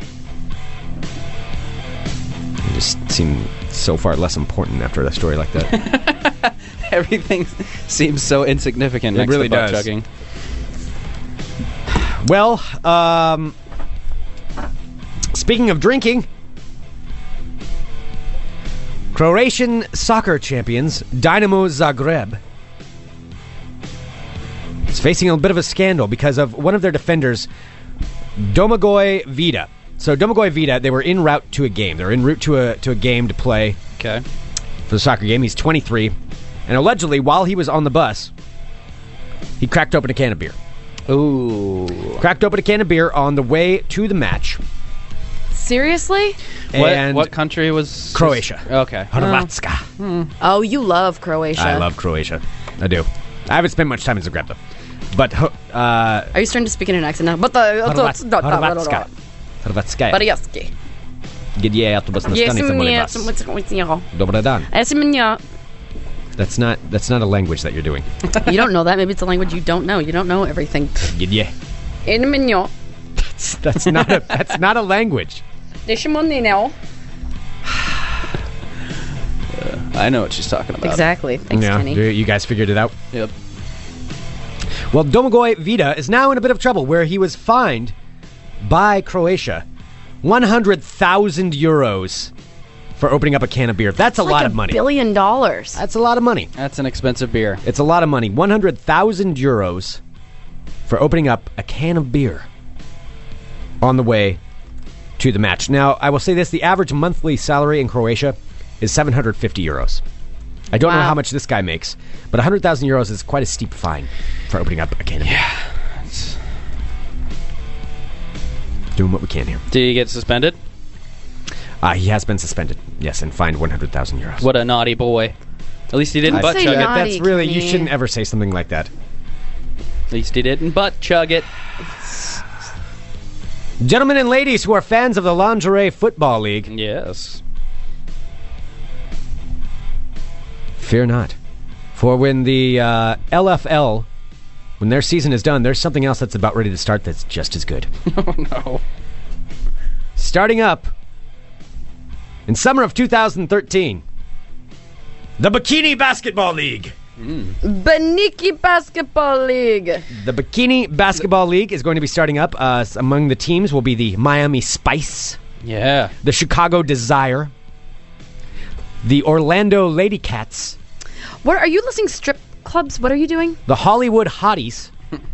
[SPEAKER 6] They just seem so far less important after a story like that.
[SPEAKER 5] Everything seems so insignificant
[SPEAKER 6] It
[SPEAKER 5] next
[SPEAKER 6] really
[SPEAKER 5] to butt
[SPEAKER 6] does.
[SPEAKER 5] chugging.
[SPEAKER 6] well, um, speaking of drinking, Croatian soccer champions Dynamo Zagreb is facing a bit of a scandal because of one of their defenders, Domagoj Vida. So Domagoj Vida, they were en route to a game. They were en route to a to a game to play.
[SPEAKER 5] Okay.
[SPEAKER 6] for the soccer game. He's 23. And allegedly, while he was on the bus, he cracked open a can of beer.
[SPEAKER 5] Ooh.
[SPEAKER 6] Cracked open a can of beer on the way to the match.
[SPEAKER 7] Seriously?
[SPEAKER 5] What,
[SPEAKER 6] and
[SPEAKER 5] what Uh. country was
[SPEAKER 6] Croatia.
[SPEAKER 5] Okay.
[SPEAKER 6] Hrvatska.
[SPEAKER 7] Oh, you love Croatia.
[SPEAKER 6] I love Croatia. I do. I haven't spent much time in Zagreb, though. But uh,
[SPEAKER 7] Are you starting to speak in an accent now? But the.
[SPEAKER 6] Hrvat- Hrvatska. Hrvatska.
[SPEAKER 7] Hrvatski.
[SPEAKER 6] Gdje je autobus na
[SPEAKER 7] Yes,
[SPEAKER 6] stanici, molim vas?
[SPEAKER 7] mnje-
[SPEAKER 6] Dobar dan.
[SPEAKER 7] Yes, mnje.
[SPEAKER 6] That's not, that's not a language that you're doing.
[SPEAKER 7] You don't know that. Maybe it's a language you don't know. You don't know everything.
[SPEAKER 6] Gdje.
[SPEAKER 7] In mnje.
[SPEAKER 6] That's not a, that's not a language.
[SPEAKER 7] Deshmonino.
[SPEAKER 5] Ah, I know what she's talking about.
[SPEAKER 7] Exactly. Thanks,
[SPEAKER 6] yeah,
[SPEAKER 7] Kenny.
[SPEAKER 6] you- you guys figured it out.
[SPEAKER 5] Yep.
[SPEAKER 6] Well, Domagoj Vida is now in a bit of trouble where he was fined by Croatia 100,000 euros for opening up a can of beer. That's a
[SPEAKER 7] Like
[SPEAKER 6] lot of money.
[SPEAKER 7] Billion dollars.
[SPEAKER 6] That's a lot of money.
[SPEAKER 5] That's an expensive beer.
[SPEAKER 6] It's a lot of money. 100,000 euros for opening up a can of beer on the way to the match. Now, I will say this the average monthly salary in Croatia is 750 euros. I don't know
[SPEAKER 7] Wow.
[SPEAKER 6] how much this guy makes, but 100,000 euros is quite a steep fine for opening up a can of yeah. beer. Doing what we can here.
[SPEAKER 5] Did you get suspended?
[SPEAKER 6] Uh, he has been suspended, yes, and fined 100,000 euros.
[SPEAKER 5] What a naughty boy. At least he didn't
[SPEAKER 7] I'd
[SPEAKER 5] butt
[SPEAKER 7] say
[SPEAKER 5] chug
[SPEAKER 7] not.
[SPEAKER 5] it.
[SPEAKER 7] naughty,
[SPEAKER 6] That's really, you
[SPEAKER 7] Kenny.
[SPEAKER 6] shouldn't ever say something like that.
[SPEAKER 5] At least he didn't butt chug it.
[SPEAKER 6] Gentlemen and ladies who are fans of the Lingerie Football League,
[SPEAKER 5] Yes.
[SPEAKER 6] Fear not. For when the uh, LFL, when their season is done, there's something else that's about ready to start that's just as good.
[SPEAKER 5] No.
[SPEAKER 6] Starting up in summer of 2013, the Bikini Basketball League.
[SPEAKER 7] Baniki Basketball League.
[SPEAKER 6] The Bikini Basketball League is going to be starting up. Uh, s- among the teams will be the Miami Spice,
[SPEAKER 5] Yeah.
[SPEAKER 6] the Chicago Desire, the Orlando Lady Cats,
[SPEAKER 7] What are you listing strip clubs? What are you doing?
[SPEAKER 6] the Hollywood Hotties,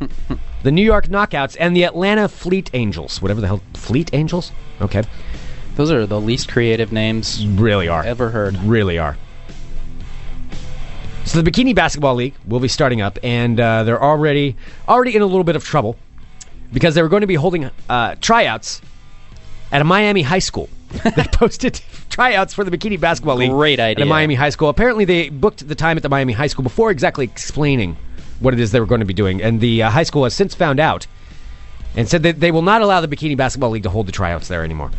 [SPEAKER 6] the New York Knockouts, and the Atlanta Fleet Angels. Whatever the hell, Fleet Angels? Okay,
[SPEAKER 5] Those are the least creative names
[SPEAKER 6] really are.
[SPEAKER 5] ever heard.
[SPEAKER 6] Really are. So the Bikini Basketball League will be starting up, and uh, they're already already in a little bit of trouble because they were going to be holding uh, tryouts at a Miami high school. they posted tryouts for the Bikini Basketball League.
[SPEAKER 5] Great
[SPEAKER 6] At
[SPEAKER 5] idea.
[SPEAKER 6] a Miami high school. Apparently, they booked the time at the Miami high school before exactly explaining what it is they were going to be doing, and the uh, high school has since found out and said that they will not allow the Bikini Basketball League to hold the tryouts there anymore.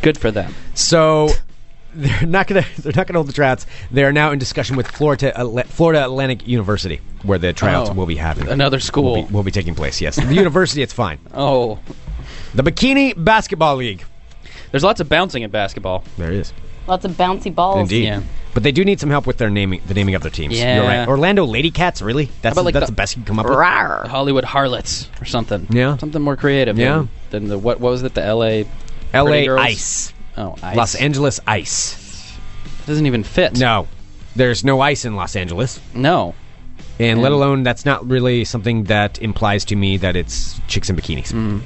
[SPEAKER 5] Good for them.
[SPEAKER 6] So they're not gonna they're not gonna hold the tryouts. They are now in discussion with Florida Atla- Florida Atlantic University, where the tryouts
[SPEAKER 5] Oh.
[SPEAKER 6] will be happening.
[SPEAKER 5] Another school.
[SPEAKER 6] will be, will be taking place. Yes, the university it's fine.
[SPEAKER 5] Oh.
[SPEAKER 6] The Bikini Basketball League.
[SPEAKER 5] There's lots of bouncing in basketball.
[SPEAKER 6] There is
[SPEAKER 7] Lots of bouncy balls.
[SPEAKER 6] indeed.
[SPEAKER 5] Oh, Yeah.
[SPEAKER 6] But they do need some help with their naming, the naming of their teams. You're
[SPEAKER 5] Yeah.
[SPEAKER 6] right. Orlando Lady Cats, really? That's
[SPEAKER 5] about, like,
[SPEAKER 6] that's
[SPEAKER 5] the-
[SPEAKER 6] the, best you can come up with.
[SPEAKER 7] Rawr.
[SPEAKER 5] Hollywood harlots or something.
[SPEAKER 6] Yeah.
[SPEAKER 5] Something more creative.
[SPEAKER 6] Yeah.
[SPEAKER 5] Than, than the what, what was it? The L.A.
[SPEAKER 6] L.A.
[SPEAKER 5] Pretty Girls.
[SPEAKER 6] Ice.
[SPEAKER 5] Oh, ice.
[SPEAKER 6] Los Angeles ice.
[SPEAKER 5] doesn't even fit.
[SPEAKER 6] No, there's no ice in Los Angeles,
[SPEAKER 5] no.
[SPEAKER 6] and let alone that's not really something that implies to me that it's chicks in
[SPEAKER 5] Mm.
[SPEAKER 6] bikinis.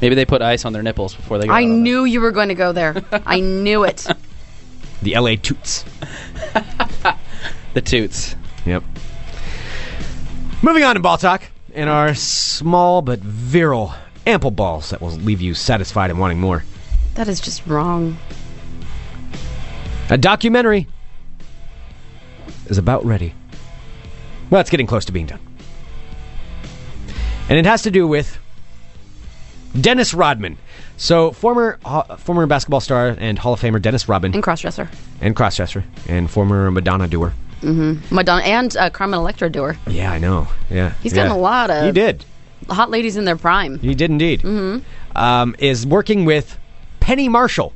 [SPEAKER 5] Maybe they put ice on their nipples before they. Got
[SPEAKER 7] I
[SPEAKER 5] out on
[SPEAKER 7] knew you were going to go there. I knew it.
[SPEAKER 6] The L.A. toots.
[SPEAKER 5] the, the toots.
[SPEAKER 6] Yep. Moving on to ball talk and our small but virile, ample balls that will leave you satisfied and wanting more.
[SPEAKER 7] That is just wrong.
[SPEAKER 6] A documentary is about ready. Well, it's getting close to being done. And it has to do with Dennis Rodman. So, former uh, former basketball star and Hall of Famer Dennis Rodman
[SPEAKER 7] And crossdresser,
[SPEAKER 6] and crossdresser and former Madonna doer.
[SPEAKER 7] Madonna, and uh, Carmen Electra doer.
[SPEAKER 6] Yeah, I know. Yeah.
[SPEAKER 7] He's
[SPEAKER 6] He's
[SPEAKER 7] gotten a lot of
[SPEAKER 6] He did.
[SPEAKER 7] hot ladies in their prime.
[SPEAKER 6] He did indeed. Mm-hmm. Um, is working with Penny Marshall.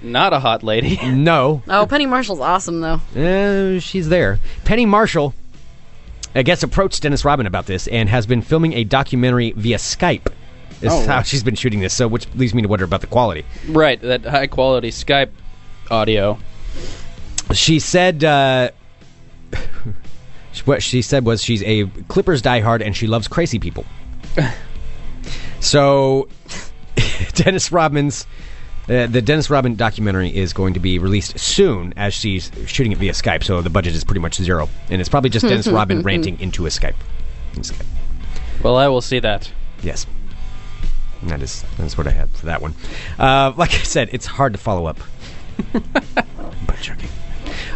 [SPEAKER 5] Not a hot lady.
[SPEAKER 6] No,
[SPEAKER 7] Oh, Penny Marshall's awesome though.
[SPEAKER 6] Uh, she's there. Penny Marshall, I guess, approached Dennis Robin about this and has been filming a documentary via Skype. Is
[SPEAKER 5] Oh.
[SPEAKER 6] how she's been shooting this. So, which leads me to wonder about the quality.
[SPEAKER 5] right. That high quality Skype audio.
[SPEAKER 6] She said, uh, what she said was she's a Clippers diehard and she loves crazy people. so, Dennis Rodman's. Uh, the Dennis Rodman documentary is going to be released soon as she's shooting it via Skype, so the budget is pretty much zero. And it's probably just Dennis Rodman ranting into a Skype. In Skype.
[SPEAKER 5] Well, I will see that.
[SPEAKER 6] Yes. That is that is what I had for that one. Uh, like I said, it's hard to follow up. but joking.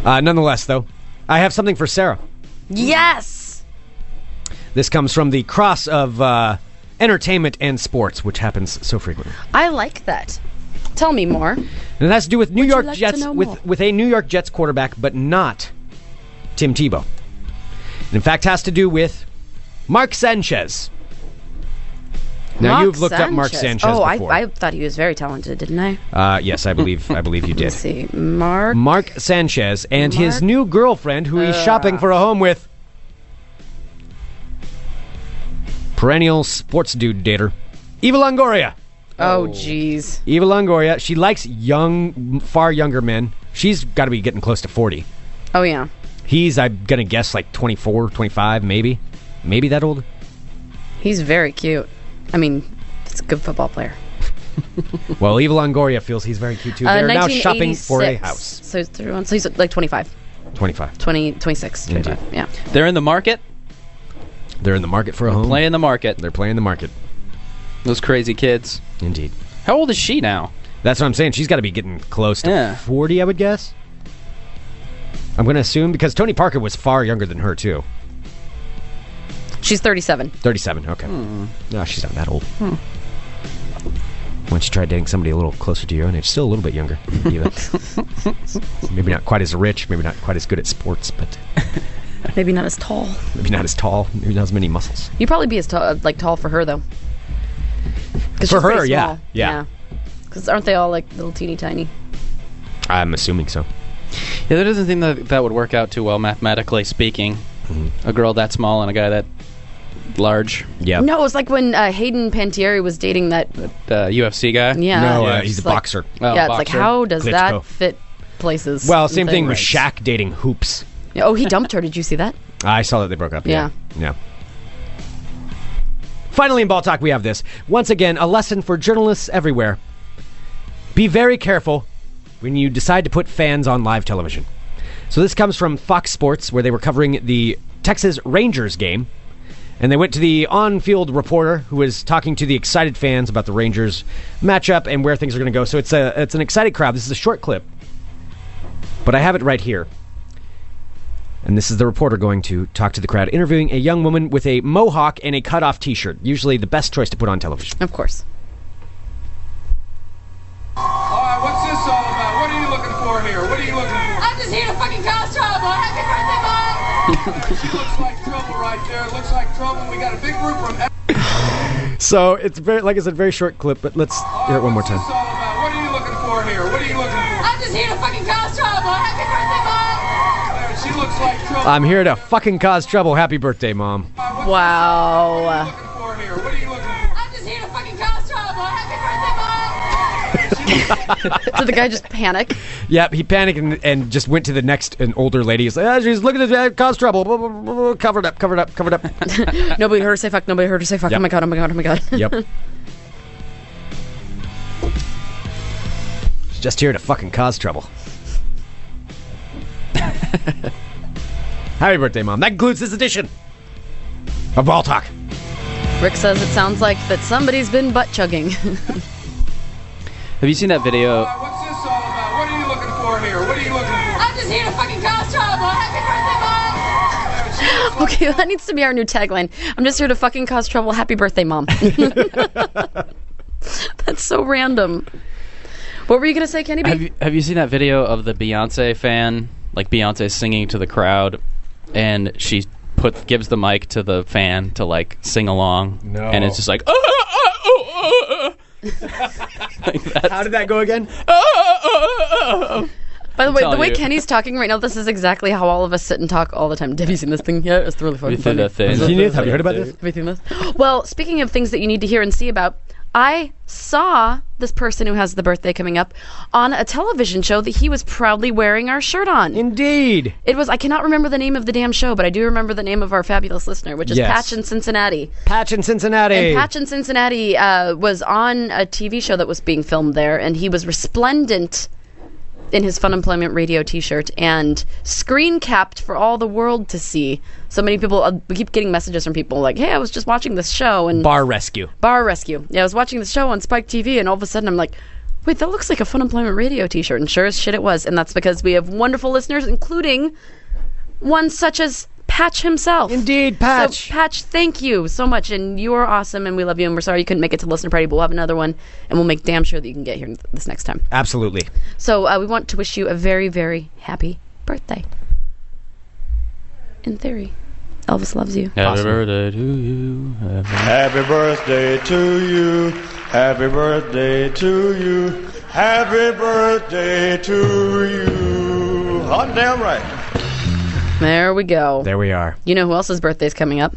[SPEAKER 6] Uh, nonetheless, though, I have something for Sarah.
[SPEAKER 7] Yes.
[SPEAKER 6] This comes from the cross of uh, entertainment and sports, which happens so frequently.
[SPEAKER 7] I like that. Tell me more.
[SPEAKER 6] And it has to do with New York
[SPEAKER 7] like to
[SPEAKER 6] Jets
[SPEAKER 7] know more?
[SPEAKER 6] with, with a New York Jets quarterback, but not Tim Tebow. And in fact, has to do with Mark Sanchez. Now
[SPEAKER 7] Mark
[SPEAKER 6] you've looked up Mark Sanchez
[SPEAKER 7] Oh, I,
[SPEAKER 6] before.
[SPEAKER 7] I thought he was very talented, didn't I?
[SPEAKER 6] Uh, yes, I believe I believe you did.
[SPEAKER 7] Let's see, Mark.
[SPEAKER 6] Mark Sanchez and his
[SPEAKER 7] Mark-
[SPEAKER 6] new girlfriend, who he's shopping for a home with. Perennial sports dude dater, Eva Longoria.
[SPEAKER 7] oh, jeez.
[SPEAKER 6] Eva Longoria. She likes young, far younger men. She's got to be getting close to forty.
[SPEAKER 7] Oh yeah.
[SPEAKER 6] He's, I'm gonna guess, like 24, 25, maybe, maybe that old.
[SPEAKER 7] He's very cute. I mean, he's a good football player.
[SPEAKER 6] Well, Eva Longoria feels he's very cute too. They're now shopping for a
[SPEAKER 7] 1986.
[SPEAKER 6] house.
[SPEAKER 7] Uh, So he's, 31, so he's like 25,
[SPEAKER 6] Twenty-five.
[SPEAKER 7] 20, 26,
[SPEAKER 6] Mm-hmm.
[SPEAKER 7] 22. Yeah.
[SPEAKER 5] They're in the market.
[SPEAKER 6] They're in the market for a home.
[SPEAKER 5] Playing the market.
[SPEAKER 6] They're playing the market.
[SPEAKER 5] Those crazy kids.
[SPEAKER 6] Indeed.
[SPEAKER 5] How old is she now?
[SPEAKER 6] That's what I'm saying. She's got to be getting close to
[SPEAKER 5] Yeah.
[SPEAKER 6] 40, I would guess. I'm going to assume because Tony Parker was far younger than her, too.
[SPEAKER 7] She's 37.
[SPEAKER 6] 37, okay. No, she's not that old. Why don't you try dating somebody a little closer to your own age? Still a little bit younger. Eva. maybe not quite as rich, maybe not quite as good at sports, but
[SPEAKER 7] Maybe not as tall.
[SPEAKER 6] maybe not as tall, maybe not as many muscles.
[SPEAKER 7] You'd probably be as tall, like tall for her though. 'Cause
[SPEAKER 6] For
[SPEAKER 7] she's pretty
[SPEAKER 6] her, yeah.
[SPEAKER 7] small.
[SPEAKER 6] Yeah.
[SPEAKER 7] Because aren't they all like little teeny tiny?
[SPEAKER 6] I'm assuming so.
[SPEAKER 5] Yeah, that doesn't seem that that would work out too well mathematically speaking.
[SPEAKER 6] Mm-hmm.
[SPEAKER 5] A girl that small and a guy that large.
[SPEAKER 6] Yeah.
[SPEAKER 7] No, it was like when uh, Hayden Pantieri was dating that.
[SPEAKER 5] The UFC guy.
[SPEAKER 7] Yeah.
[SPEAKER 6] No, uh,
[SPEAKER 7] It's
[SPEAKER 6] he's a
[SPEAKER 7] like-
[SPEAKER 6] boxer.
[SPEAKER 5] Oh,
[SPEAKER 7] yeah, it's like
[SPEAKER 5] boxer.
[SPEAKER 7] how does
[SPEAKER 6] Klitschko.
[SPEAKER 7] that fit places?
[SPEAKER 6] Well,
[SPEAKER 7] and
[SPEAKER 6] same thing with
[SPEAKER 7] things?
[SPEAKER 6] Shaq dating hoops.
[SPEAKER 7] Yeah, Oh, he dumped her. Did you see that?
[SPEAKER 6] I saw that they broke up.
[SPEAKER 7] Yeah.
[SPEAKER 6] Yeah. Finally, in Ball Talk, we have this. Once again, a lesson for journalists everywhere. Be very careful when you decide to put fans on live television. So, this comes from Fox Sports, where they were covering the Texas Rangers game. And they went to the on field reporter who was talking to the excited fans about the Rangers matchup and where things are going to go. So, it's, a, it's an excited crowd. This is a short clip, but I have it right here. And this is the reporter going to talk to the crowd, interviewing a young woman with a mohawk and a cutoff t shirt. Usually the best choice to put on television.
[SPEAKER 7] Of course.
[SPEAKER 8] All right, Uh, what's this all about? What are you looking for here? What are you looking for?
[SPEAKER 9] I'm just here to fucking cause trouble. Happy birthday, Mom!
[SPEAKER 8] She looks like trouble right there. Looks like trouble. We got a big group from. What's
[SPEAKER 6] So it's very, like I said, very short clip, but let's hear it one more
[SPEAKER 8] this
[SPEAKER 6] time.
[SPEAKER 8] all about? What are you looking for here? What are you looking for?
[SPEAKER 9] I'm just here to fucking cause trouble. Happy birthday, Mom!
[SPEAKER 8] There, She looks like trouble. Uh,
[SPEAKER 6] I'm here to fucking cause trouble. Happy birthday, Mom.
[SPEAKER 7] Wow.
[SPEAKER 8] Looking for here. What are you looking for?
[SPEAKER 9] I'm just here to fucking cause trouble. Happy birthday, Mom!
[SPEAKER 8] She looks like
[SPEAKER 7] Did the guy just panic?
[SPEAKER 6] Yep, he panicked and, and just went to the next an older lady. He's like, ah, she's looking at this, ah, cause trouble. Blah, blah, blah, blah, covered up, covered up, covered up.
[SPEAKER 7] Nobody heard her say fuck. Nobody heard her say fuck.
[SPEAKER 6] Yep.
[SPEAKER 7] Oh my god. Oh my god. Oh my god.
[SPEAKER 6] yep. She's just here to fucking cause trouble. Happy birthday, Mom. That concludes this edition of Ball Talk.
[SPEAKER 7] Rick says it sounds like that somebody's been butt chugging.
[SPEAKER 5] Have you seen that video?
[SPEAKER 8] Uh, what's this all about? What are you looking for here? What are you looking for?
[SPEAKER 9] I'm just here to fucking cause trouble. Happy birthday, Mom!
[SPEAKER 7] okay, that needs to be our new tagline. I'm just here to fucking cause trouble. Happy birthday, mom. That's so random. What were you gonna say, Kenny? B?
[SPEAKER 5] Have you, have you seen that video of the Beyonce fan, like Beyonce singing to the crowd, and she put gives the mic to the fan to like sing along,
[SPEAKER 6] No.
[SPEAKER 5] and it's just like, "Ah, ah, oh, ah, ah." like that.
[SPEAKER 6] How did that go again?
[SPEAKER 5] Ah, ah, ah, ah.
[SPEAKER 7] By the way, the
[SPEAKER 5] telling
[SPEAKER 7] way
[SPEAKER 5] you.
[SPEAKER 7] Kenny's talking right now, this is exactly how all of us sit and talk all the time. Have you seen this thing yet? It's really fucking
[SPEAKER 5] Have you seen
[SPEAKER 7] funny.
[SPEAKER 5] that thing?
[SPEAKER 7] Have
[SPEAKER 6] Have you heard about this?
[SPEAKER 7] you seen this? Well, speaking of things that you need to hear and see about, I saw this person who has the birthday coming up on a television show that he was proudly wearing our shirt on.
[SPEAKER 6] Indeed.
[SPEAKER 7] It was I cannot remember the name of the damn show, but I do remember the name of our fabulous listener, which is
[SPEAKER 6] Yes.
[SPEAKER 7] Patch in Cincinnati.
[SPEAKER 6] Patch in Cincinnati.
[SPEAKER 7] And Patch in Cincinnati uh, was on a TV show that was being filmed there, and he was resplendent in his Fun Employment Radio T-shirt and screen capped for all the world to see. So many people, uh, we keep getting messages from people like, "Hey, I was just watching this show and
[SPEAKER 6] Bar Rescue.
[SPEAKER 7] Bar Rescue. Yeah, I was watching the show on Spike TV, and all of a sudden I'm like." Wait, that looks like a Fun Employment Radio T-shirt, and sure as shit it was. And that's because we have wonderful listeners, including one such as Patch himself.
[SPEAKER 6] Indeed, Patch.
[SPEAKER 7] So, Patch, thank you so much, and you are awesome, and we love you, and we're sorry you couldn't make it to Listener Party, but we'll have another one, and we'll make damn sure that you can get here this next time.
[SPEAKER 6] Absolutely.
[SPEAKER 7] So uh, we want to wish you a very, very happy birthday. In theory, Elvis loves you.
[SPEAKER 5] Happy birthday to you.
[SPEAKER 10] Happy birthday to you. Happy birthday to you. Happy birthday to you. Hot damn right.
[SPEAKER 7] There we go.
[SPEAKER 6] There we are.
[SPEAKER 7] You know who else's birthday's coming up?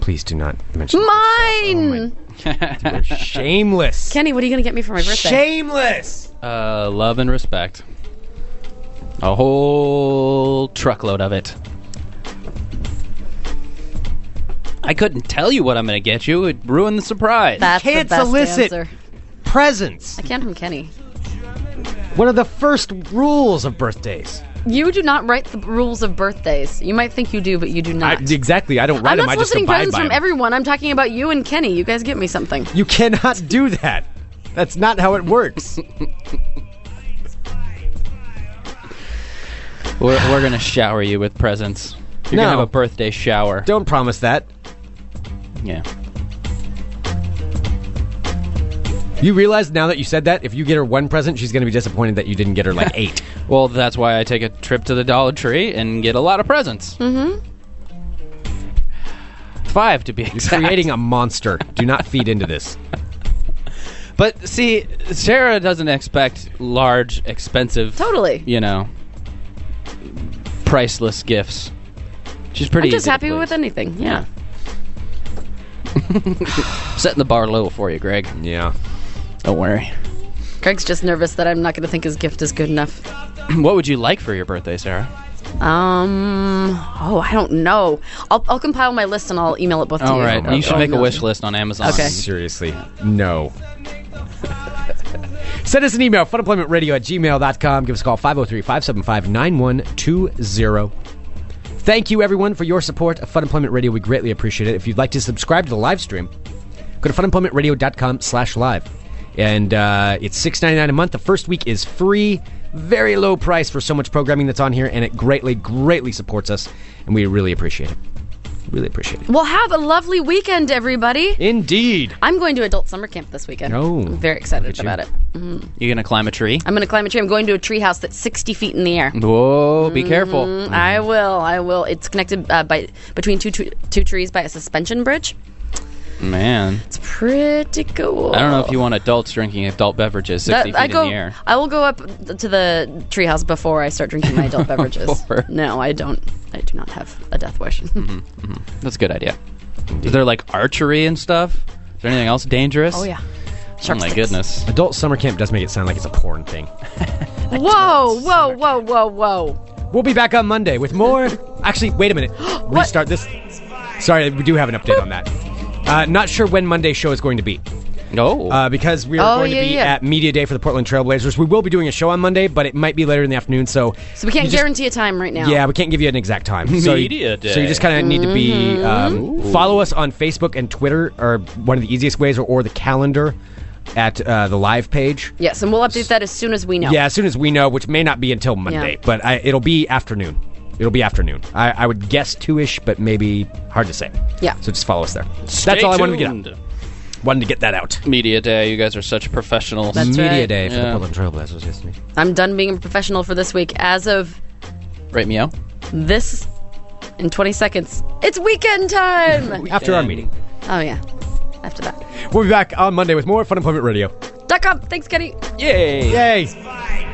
[SPEAKER 6] Please do not mention
[SPEAKER 7] Mine!
[SPEAKER 6] You're shameless.
[SPEAKER 7] Kenny, what are you going to get me for my birthday?
[SPEAKER 6] Shameless.
[SPEAKER 5] Uh, love and respect. A whole truckload of it. I couldn't tell you what I'm going to get you. It ruined the surprise.
[SPEAKER 7] That's
[SPEAKER 6] Can't
[SPEAKER 7] the best
[SPEAKER 6] solicit.
[SPEAKER 7] answer.
[SPEAKER 6] Presents.
[SPEAKER 7] I can't from Kenny.
[SPEAKER 6] One of the first rules of birthdays.
[SPEAKER 7] You do not write the rules of birthdays. You might think you do, but you do not.
[SPEAKER 6] exactly. I don't write
[SPEAKER 7] I'm
[SPEAKER 6] them.
[SPEAKER 7] not
[SPEAKER 6] I just
[SPEAKER 7] soliciting
[SPEAKER 6] abide
[SPEAKER 7] presents
[SPEAKER 6] by
[SPEAKER 7] from
[SPEAKER 6] them.
[SPEAKER 7] everyone. I'm talking about you and Kenny. You guys get me something.
[SPEAKER 6] You cannot do that. That's not how it works.
[SPEAKER 5] We're, we're going to shower you with presents. You're going
[SPEAKER 6] No.
[SPEAKER 5] to have a birthday shower.
[SPEAKER 6] don't promise that.
[SPEAKER 5] Yeah.
[SPEAKER 6] You realize now that you said that, if you get her one present, she's going to be disappointed that you didn't get her like eight.
[SPEAKER 5] Well, that's why I take a trip to the Dollar Tree and get a lot of presents. Mm-hmm. Five to be exact.
[SPEAKER 6] Creating a monster. Do not feed into this.
[SPEAKER 5] But see, Sarah doesn't expect large, expensive,
[SPEAKER 7] Totally.
[SPEAKER 5] you know, priceless gifts. She's pretty.
[SPEAKER 7] I'm just
[SPEAKER 5] easy to
[SPEAKER 7] happy
[SPEAKER 5] please.
[SPEAKER 7] with anything. Yeah.
[SPEAKER 5] Setting the bar low for you, Greg.
[SPEAKER 6] Yeah.
[SPEAKER 5] Don't worry.
[SPEAKER 7] Greg's just nervous that I'm not going to think his gift is good enough.
[SPEAKER 5] what would you like for your birthday, Sarah?
[SPEAKER 7] Um. Oh, I don't know. I'll, I'll compile my list and I'll email it both to
[SPEAKER 5] All
[SPEAKER 7] you.
[SPEAKER 5] right, you should
[SPEAKER 7] I'll
[SPEAKER 5] make a
[SPEAKER 7] email it
[SPEAKER 5] wish
[SPEAKER 7] to
[SPEAKER 5] list on Amazon.
[SPEAKER 7] Oh, Okay.
[SPEAKER 6] Seriously, no. Send us an email, funemploymentradio at gmail.com. Give us a call, 503 575 9120. Thank you, everyone, for your support of Fun Employment Radio. We greatly appreciate it. If you'd like to subscribe to the live stream, go to funemploymentradio.com slash live. And uh, it's six ninety nine a month. The first week is free, very low price for so much programming that's on here, and it greatly, greatly supports us, and we really appreciate it. Really appreciate it.
[SPEAKER 7] Well, have a lovely weekend, everybody.
[SPEAKER 6] Indeed.
[SPEAKER 7] I'm going to adult summer camp this weekend.
[SPEAKER 6] Oh.
[SPEAKER 7] I'm very excited
[SPEAKER 6] Look
[SPEAKER 7] about
[SPEAKER 6] at
[SPEAKER 7] it.
[SPEAKER 5] You gonna climb a tree?
[SPEAKER 7] I'm going to climb a tree. I'm going to a tree house that's 60 feet in the air. Mm,
[SPEAKER 5] Whoa! Be careful.
[SPEAKER 7] I will. I will. It's connected uh, by between two, two two trees by a suspension bridge.
[SPEAKER 5] Man,
[SPEAKER 7] It's pretty cool.
[SPEAKER 5] I don't know if you want adults drinking adult beverages
[SPEAKER 7] That-
[SPEAKER 5] sixty feet
[SPEAKER 7] I go.
[SPEAKER 5] in the air.
[SPEAKER 7] I will go up to the treehouse before I start drinking my adult beverages.
[SPEAKER 5] Before.
[SPEAKER 7] No, I don't. I do not have a death wish.
[SPEAKER 5] That's a good idea. Is there like archery and stuff? Is there anything else dangerous?
[SPEAKER 7] oh yeah.
[SPEAKER 5] oh my goodness.
[SPEAKER 6] Adult summer camp does make it sound like it's a porn thing.
[SPEAKER 7] Whoa, whoa, whoa, whoa, whoa.
[SPEAKER 6] We'll be back on Monday with more. Actually, wait a minute. Restart this. Sorry, we do have an update on that. Uh, not sure when Monday's show is going to be.
[SPEAKER 5] No.
[SPEAKER 6] Uh, because we
[SPEAKER 7] Oh,
[SPEAKER 6] are going
[SPEAKER 7] yeah,
[SPEAKER 6] to be
[SPEAKER 7] yeah.
[SPEAKER 6] at Media Day for the Portland Trailblazers. We will be doing a show on Monday, but it might be later in the afternoon. So,
[SPEAKER 7] So we can't guarantee a time right now.
[SPEAKER 6] yeah, we can't give you an exact time. So you-
[SPEAKER 11] Media
[SPEAKER 6] So you
[SPEAKER 11] Day.
[SPEAKER 6] just kind of need to be
[SPEAKER 7] Mm-hmm.
[SPEAKER 6] um, follow us on Facebook and Twitter are one of the easiest ways, or, or the calendar at uh, the live page.
[SPEAKER 7] Yes, and we'll update that as soon as we know.
[SPEAKER 6] Yeah, as soon as we know, which may not be until Monday,
[SPEAKER 7] Yeah.
[SPEAKER 6] but I, it'll be afternoon. It'll be afternoon. I, I would guess two ish, but maybe hard to say.
[SPEAKER 7] Yeah.
[SPEAKER 6] So just follow us there.
[SPEAKER 7] Stay
[SPEAKER 6] That's all I wanted to get
[SPEAKER 5] out.
[SPEAKER 6] Wanted to get that out.
[SPEAKER 5] Media Day. You guys are such professionals.
[SPEAKER 7] That's
[SPEAKER 6] Media
[SPEAKER 7] right.
[SPEAKER 6] Day for
[SPEAKER 5] Yeah.
[SPEAKER 6] the Portland Trailblazers yesterday.
[SPEAKER 7] I'm done being a professional for this week. As of
[SPEAKER 5] Right, meow.
[SPEAKER 7] this, in 20 seconds, it's weekend time.
[SPEAKER 6] After our meeting.
[SPEAKER 7] Oh yeah, after that.
[SPEAKER 6] We'll be back on Monday with more Fun Employment Radio.
[SPEAKER 7] Dot com. Thanks, Kenny.
[SPEAKER 5] Yay!
[SPEAKER 6] Yay!